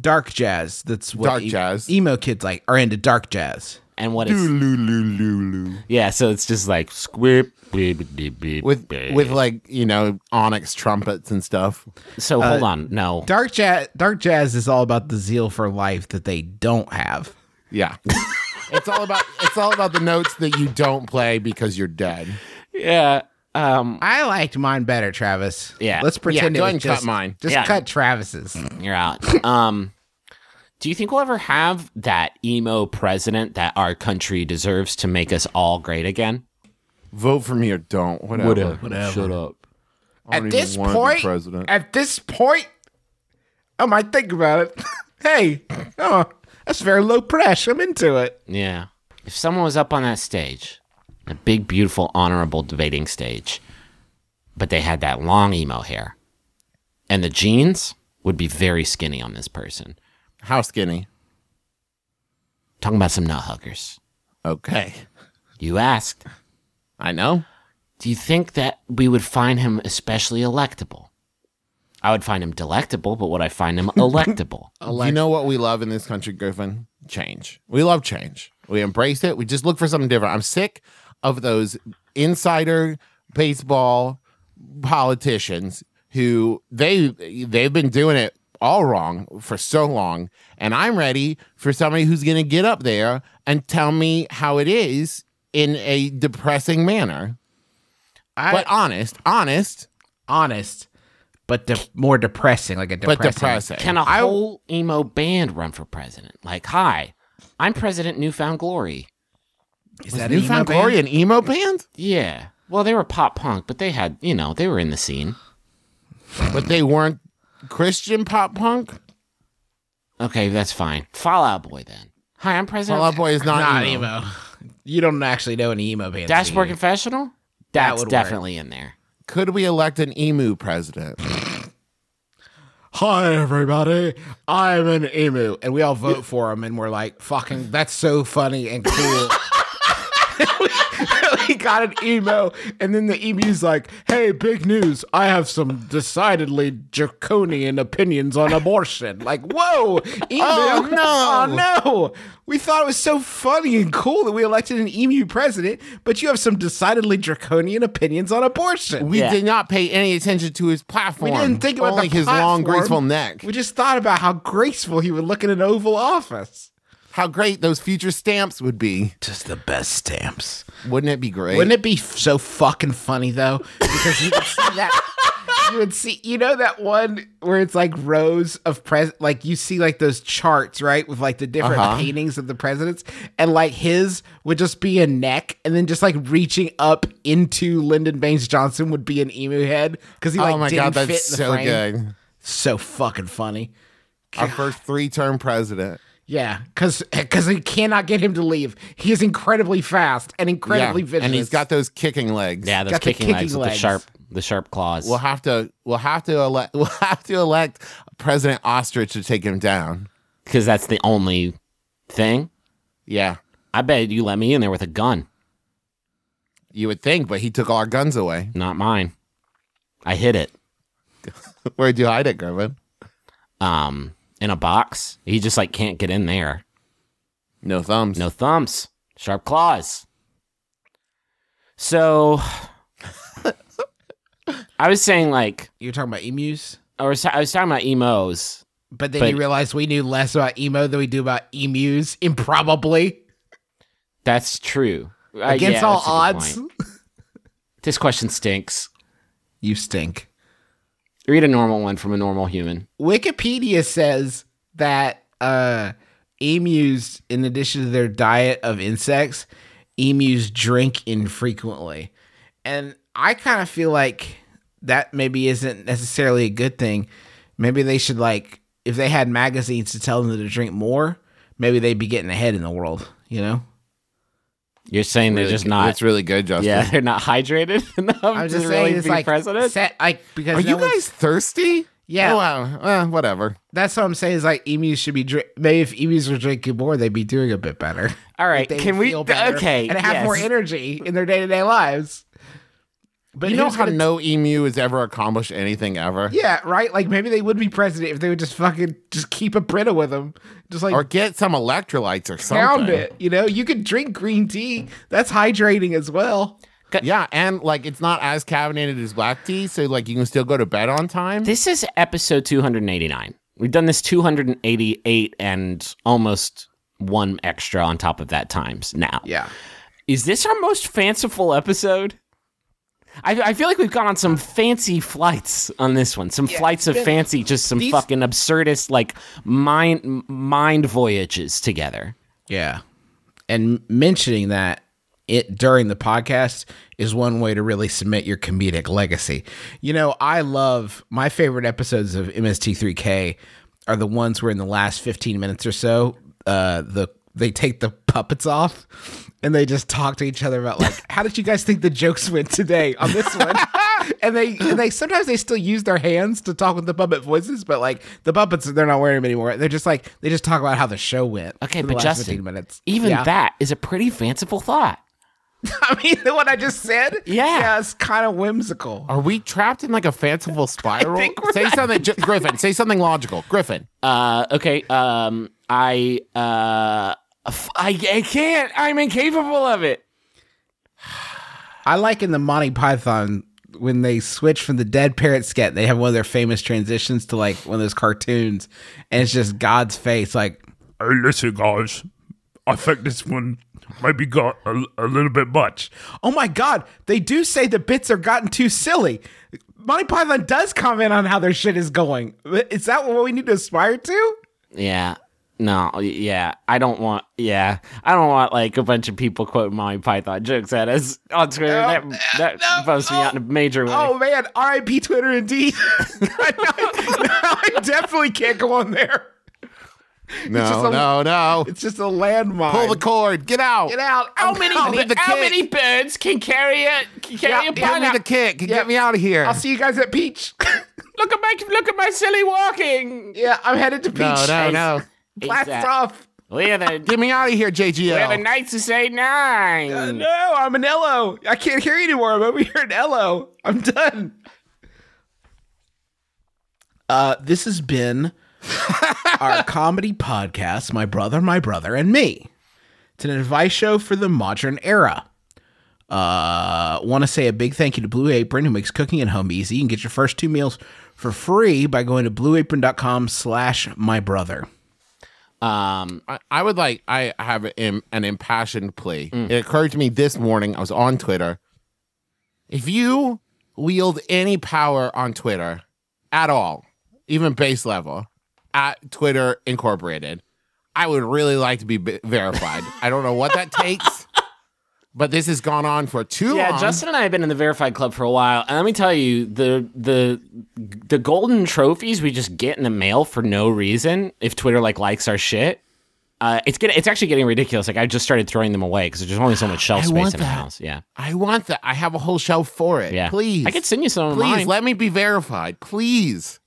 dark jazz. That's what e-
Dark jazz.
Emo kids like are into dark jazz.
And what is Yeah, so it's just like squib
With
with
with like, you know, onyx trumpets and stuff.
So hold on, no.
Dark jazz. Dark jazz is all about the zeal for life that they don't have.
Yeah. it's all about it's all about the notes that you don't play because you're dead.
Yeah. Um
I liked mine better, Travis.
Yeah.
let's pretend
go
it
ahead
was
and cut
just
mine.
Just
Yeah.
cut Travis's.
Mm,
you're out. Um Do you think we'll ever have that emo president that our country deserves to make us all great again?
Vote for me or don't. Whatever.
Shut up.
I
at
don't even
this
wanna be
point,
president.
at this point, I might think about it. hey, oh, that's very low press. I'm into it.
Yeah. If someone was up on that stage, a big, beautiful, honorable debating stage, but they had that long emo hair, and the jeans would be very skinny on this person.
How skinny?
Talking about some nut huggers.
Okay.
You asked,
I know.
do you think that we would find him especially electable? I would find him delectable, but would I find him electable?
you know what we love in this country, Griffin? Change. We love change. We embrace it. We just look for something different. I'm sick of those insider baseball politicians who they they've been doing it all wrong for so long and I'm ready for somebody who's going to get up there and tell me how it is in a depressing manner.
I-
but honest, honest,
Honest, but de- more depressing, like a
but
depressing.
depressing.
Can a whole emo band run for president? Like, hi, I'm President Newfound Glory.
Is
Is
that
Newfound
emo band?
Glory an emo band?
Yeah. Well, they were pop punk, but they had, you know, they were in the scene.
but they weren't Christian pop punk.
Okay, that's fine. Fallout Boy then. Hi, I'm President.
Fall Out Boy is not,
Not
emo.
emo. You don't actually know any emo bands.
Dashboard
do you?
Confessional?
That
That's
would work.
definitely in there.
Could we elect an emu president?
Hi everybody, I'm an emu, and we all vote for him, and we're like, "Fucking, that's so funny and cool." we got an emo, and then the emu's like, "Hey, big news! I have some decidedly draconian opinions on abortion." Like, whoa, emu!
Oh, no.
Oh, no! We thought it was so funny and cool that we elected an emu president, but you have some decidedly draconian opinions on abortion.
We did not pay any attention to his platform.
We didn't think about
only
the
his
platform.
long, graceful neck.
We just thought about how graceful he would look in an Oval Office.
How great those future stamps would be!
Just the best stamps.
Wouldn't it be great?
Wouldn't it be f- so fucking funny though? Because you would see that. You would see, you know, that one where it's like rows of pres, like you see like those charts, right, with like the different paintings of the presidents, and like his would just be a neck, and then just like reaching up into Lyndon Baines Johnson would be an emu head because he like
oh my
didn't
god,
fit in the
that's so
frame.
good!
So fucking funny.
Our first three-term president.
Yeah, because because they cannot get him to leave. He is incredibly fast and incredibly vicious.
and he's got those kicking legs.
Yeah, those
Got the
kicking,
kicking
legs, with the
legs.
sharp, the sharp claws.
we'll have to we'll have to elect we'll have to elect President Ostrich to take him down.
Because that's the only thing.
Yeah,
I bet you let me in there with a gun,
you would think, but he took all our guns away.
not mine. I hid it
Where'd you hide it, Griffin?
um, in a box. He just like can't get in there.
No thumbs.
No thumps, sharp claws. So I was saying like
You're talking about emus,
I was I was talking about emos.
but then
But-
you realize we knew less about emo than we do about emus. Improbably,
That's true. Uh,
against
yeah,
all
that's a good
odds,
point. This question stinks.
you stink.
Read a normal one from a normal human.
Wikipedia says that uh, emus, in addition to their diet of insects, emus drink infrequently. And I kind of feel like that maybe isn't necessarily a good thing. Maybe they should, like, if they had magazines to tell them to drink more, maybe they'd be getting ahead in the world, you know?
You're saying they're just not.
That's really good, Justin.
yeah, they're not hydrated enough
I'm
to
just saying
really
it's
be
like
president.
set like because
Are
no
you
one's-
guys thirsty?
Yeah.
Oh, well, eh, whatever.
that's what I'm saying is like emus should be drink maybe if emus were drinking more they'd be doing a bit better.
all right,
they
can we?
feel better
Okay,
and have more
yes.
energy in their day to day lives. But
you know
who's
how
gonna-
no emu has ever accomplished anything ever?
yeah, right. Like maybe they would be president if they would just fucking just keep a Brita with them, just like
Or get some electrolytes or something.
pound it. You know, you could drink green tea. That's hydrating as well.
Yeah, and like it's not as caffeinated as black tea, so like you can still go to bed on time.
This is episode 289. We've done this 288 and almost one extra on top of that times now.
Yeah,
Is this our most fanciful episode? I, I feel like we've gone on some fancy flights on this one. Some flights of fancy, just some
these-
fucking absurdist, like mind m- mind voyages together.
yeah. And mentioning that it during the podcast is one way to really cement your comedic legacy. You know, I love my favorite episodes of MST3K are the ones where in the last 15 minutes or so, uh, the they take the puppets off and they just talk to each other about like, how did you guys think the jokes went today on this one? and they and they sometimes they still use their hands to talk with the puppet voices, but like the puppets they're not wearing them anymore. They're just like they just talk about how the show went.
Okay,
for the
but
last
Justin,
15 minutes.
even
Yeah.
that is a pretty fanciful thought.
I mean, the one I just said.
Yeah.
it's kind of whimsical.
Are we trapped in like a fanciful spiral?
think we're
say something, J- Griffin. Say something logical, Griffin.
Uh, okay. Um, I uh, f- I I can't. I'm incapable of it.
I like in the Monty Python when they switch from the dead parrot sketch, they have one of their famous transitions to like one of those cartoons, and it's just God's face, like
Hey, listen, guys. I think this one maybe got a, a little bit much.
oh my god, they do say the bits are gotten too silly. Monty Python does comment on how their shit is going. Is that what we need to aspire to?
Yeah. No, yeah, I don't want. Yeah, I don't want like a bunch of people quoting Monty Python jokes at us on Twitter. that that bums me out in a major way.
uh, Oh man, RIP Twitter indeed. I definitely can't go on there. just
No,
a-
no, no.
It's just a landmine.
Pull the Oh, cord. Get out.
Get out.
How many,
I need the
how
kick.
many birds can carry a can carry a
Give me
pineapple?
the kick. Get me out of here.
I'll see you guys at Peach.
Look at my look at my silly walking.
yeah, I'm headed to Peach.
no, no, no.
Blast
Exact-
off.
We're the,
Get me out of here,
We're the
JGL.
knights of say nine.
No, I'm an Ello. I can't hear you anymore. I'm over here in Ello. I'm done. Uh, this has been our comedy podcast, My Brother, My Brother, and Me. It's an advice show for the modern era. Uh, want to say a big thank you to Blue Apron, who makes cooking at home easy. You can get your first two meals for free by going to blueapron.com slash my brother.
um,
I- I would like, I have an, an impassioned plea. It occurred to me this morning. I was on Twitter. If you wield any power on Twitter at all, even base level, at Twitter Incorporated, I would really like to be b- verified. I don't know what that takes, but this has gone on for too
yeah,
long.
Justin and I have been in the Verified Club for a while, and let me tell you, the the the golden trophies we just get in the mail for no reason if Twitter like likes our shit. Uh, it's getting it's actually getting ridiculous. Like I just started throwing them away because there's only so much shelf
I
space
want
in the
that.
house. Yeah,
I want that. I have a whole shelf for it.
yeah.
Please.
I could send you some. of
Please
mine.
let me be verified. Please.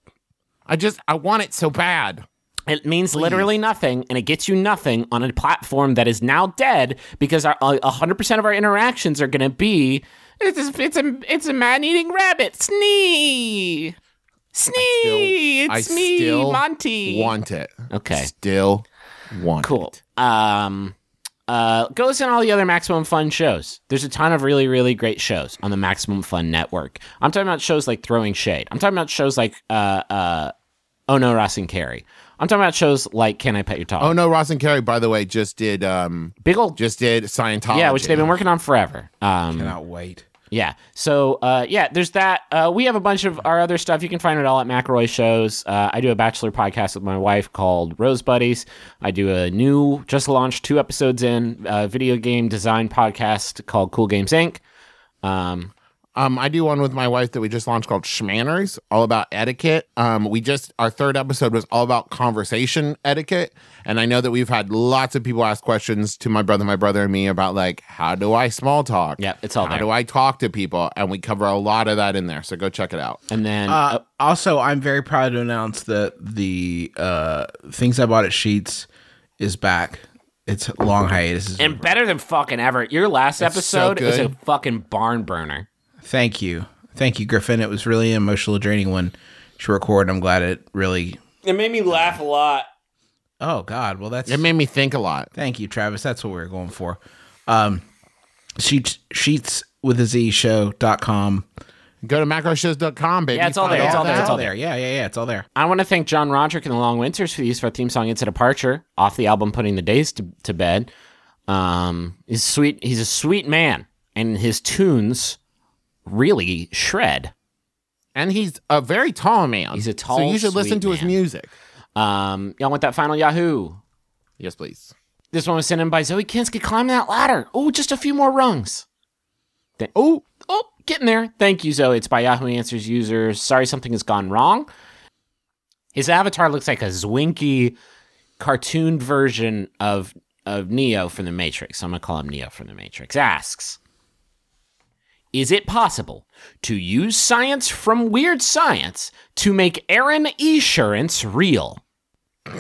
I just I want it so bad.
It means literally nothing, and it gets you nothing on a platform that is now dead because our uh, hundred percent of our interactions are going to be
It's a, it's a it's a man eating rabbit. Snee, snee.
I
It's me,
still
Monty.
Want it.
Okay.
Still want
cool.
it.
Um, uh, go listen to all the other Maximum Fun shows. There's a ton of really, really great shows on the Maximum Fun network. I'm talking about shows like Throwing Shade. I'm talking about shows like uh, uh, Oh No, Ross and Carrie. I'm talking about shows like Can I Pet Your Dog?
Oh no, Ross and Carrie, by the way, just did um
Big old
just did Scientology.
yeah, which they've been working on forever. Um,
Cannot wait.
Yeah. So, uh, yeah, there's that. Uh, we have a bunch of our other stuff. You can find it all at McElroy Shows. Uh, I do a bachelor podcast with my wife called Rose Buddies. I do a new, just launched two episodes in, uh, video game design podcast called Cool Games Inc. Um,
Um, I do one with my wife that we just launched called Schmanners, all about etiquette. Um, we just our third episode was all about conversation etiquette, and I know that we've had lots of people ask questions to my brother, my brother, and me about like how do I small talk?
Yep, it's all
how
there.
do I talk to people, and we cover a lot of that in there. So go check it out.
and then
Uh, also, I'm very proud to announce that the uh, things I bought at Sheets is back. It's long hiatus. is
and better than fucking ever. Your last episode
so
is a
good.
fucking barn burner.
Thank you, thank you, Griffin. It was really an emotional, draining one to record. I'm glad it really.
It made me laugh a lot.
Oh God, well that's.
It made me think a lot.
thank you, Travis. That's what we were going for. Um, Sheets Sheets with a Z show dot com.
Go to macroshows.com, baby.
Yeah, it's all there. It's all there.
It's
It's
all
all
there. Yeah, yeah, yeah. It's all there.
I want to thank John Roderick and the Long Winters for the use of our theme song "It's a Departure" off the album "Putting the Days to, to Bed." Um, he's sweet. He's a sweet man, and his tunes really shred.
And he's a very tall man.
He's a
So
tall,
you should
sweet
listen to his
man.
music.
Um, y'all want that final Yahoo?
Yes, please.
This one was sent in by Zoe Kinski. Climbing that ladder. Oh, just a few more rungs.
Oh,
Oh, getting there. Thank you, Zoe. It's by Yahoo Answers users. Sorry, something has gone wrong. His avatar looks like a Zwinky cartoon version of of Neo from the Matrix. I'm gonna call him Neo from the Matrix. Asks, is it possible to use science from Weird Science to make Aaron Esurance real?
My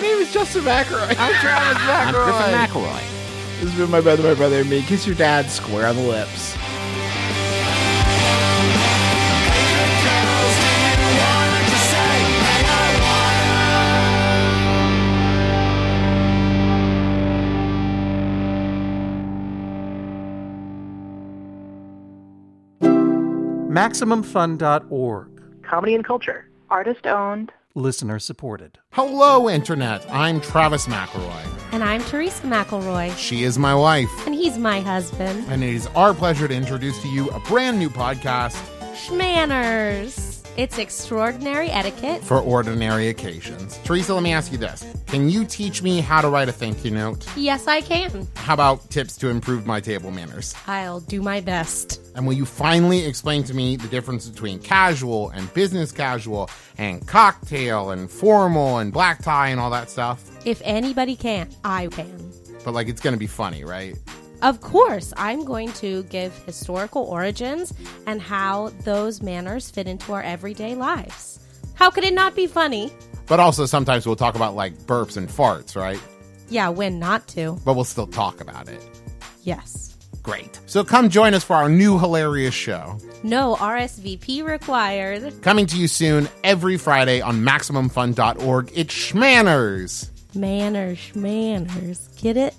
name is Justin McElroy. I'm Travis
I'm Griffin McElroy.
This has been my brother, my brother, and me. Kiss your dad square on the lips.
MaximumFun.org.
comedy and culture. Artist owned.
Listener supported.
hello, Internet. I'm Travis McElroy.
And I'm Teresa McElroy,
She is my wife.
and he's my husband.
And it is our pleasure to introduce to you a brand new podcast.
Schmanners. It's extraordinary etiquette.
for ordinary occasions. Teresa, let me ask you this. Can you teach me how to write a thank you note?
Yes, I can.
How about tips to improve my table manners?
I'll do my best.
And will you finally explain to me the difference between casual and business casual and cocktail and formal and black tie and all that stuff?
If anybody can, I can.
But like it's going to be funny, right?
Of course, I'm going to give historical origins and how those manners fit into our everyday lives. How could it not be funny?
But also sometimes we'll talk about like burps and farts, right?
Yeah, when not to.
But we'll still talk about it.
Yes.
Great. So come join us for our new hilarious show.
No RSVP required.
Coming to you soon every Friday on MaximumFun.org. It's Schmanners.
Manners, manners. Get it?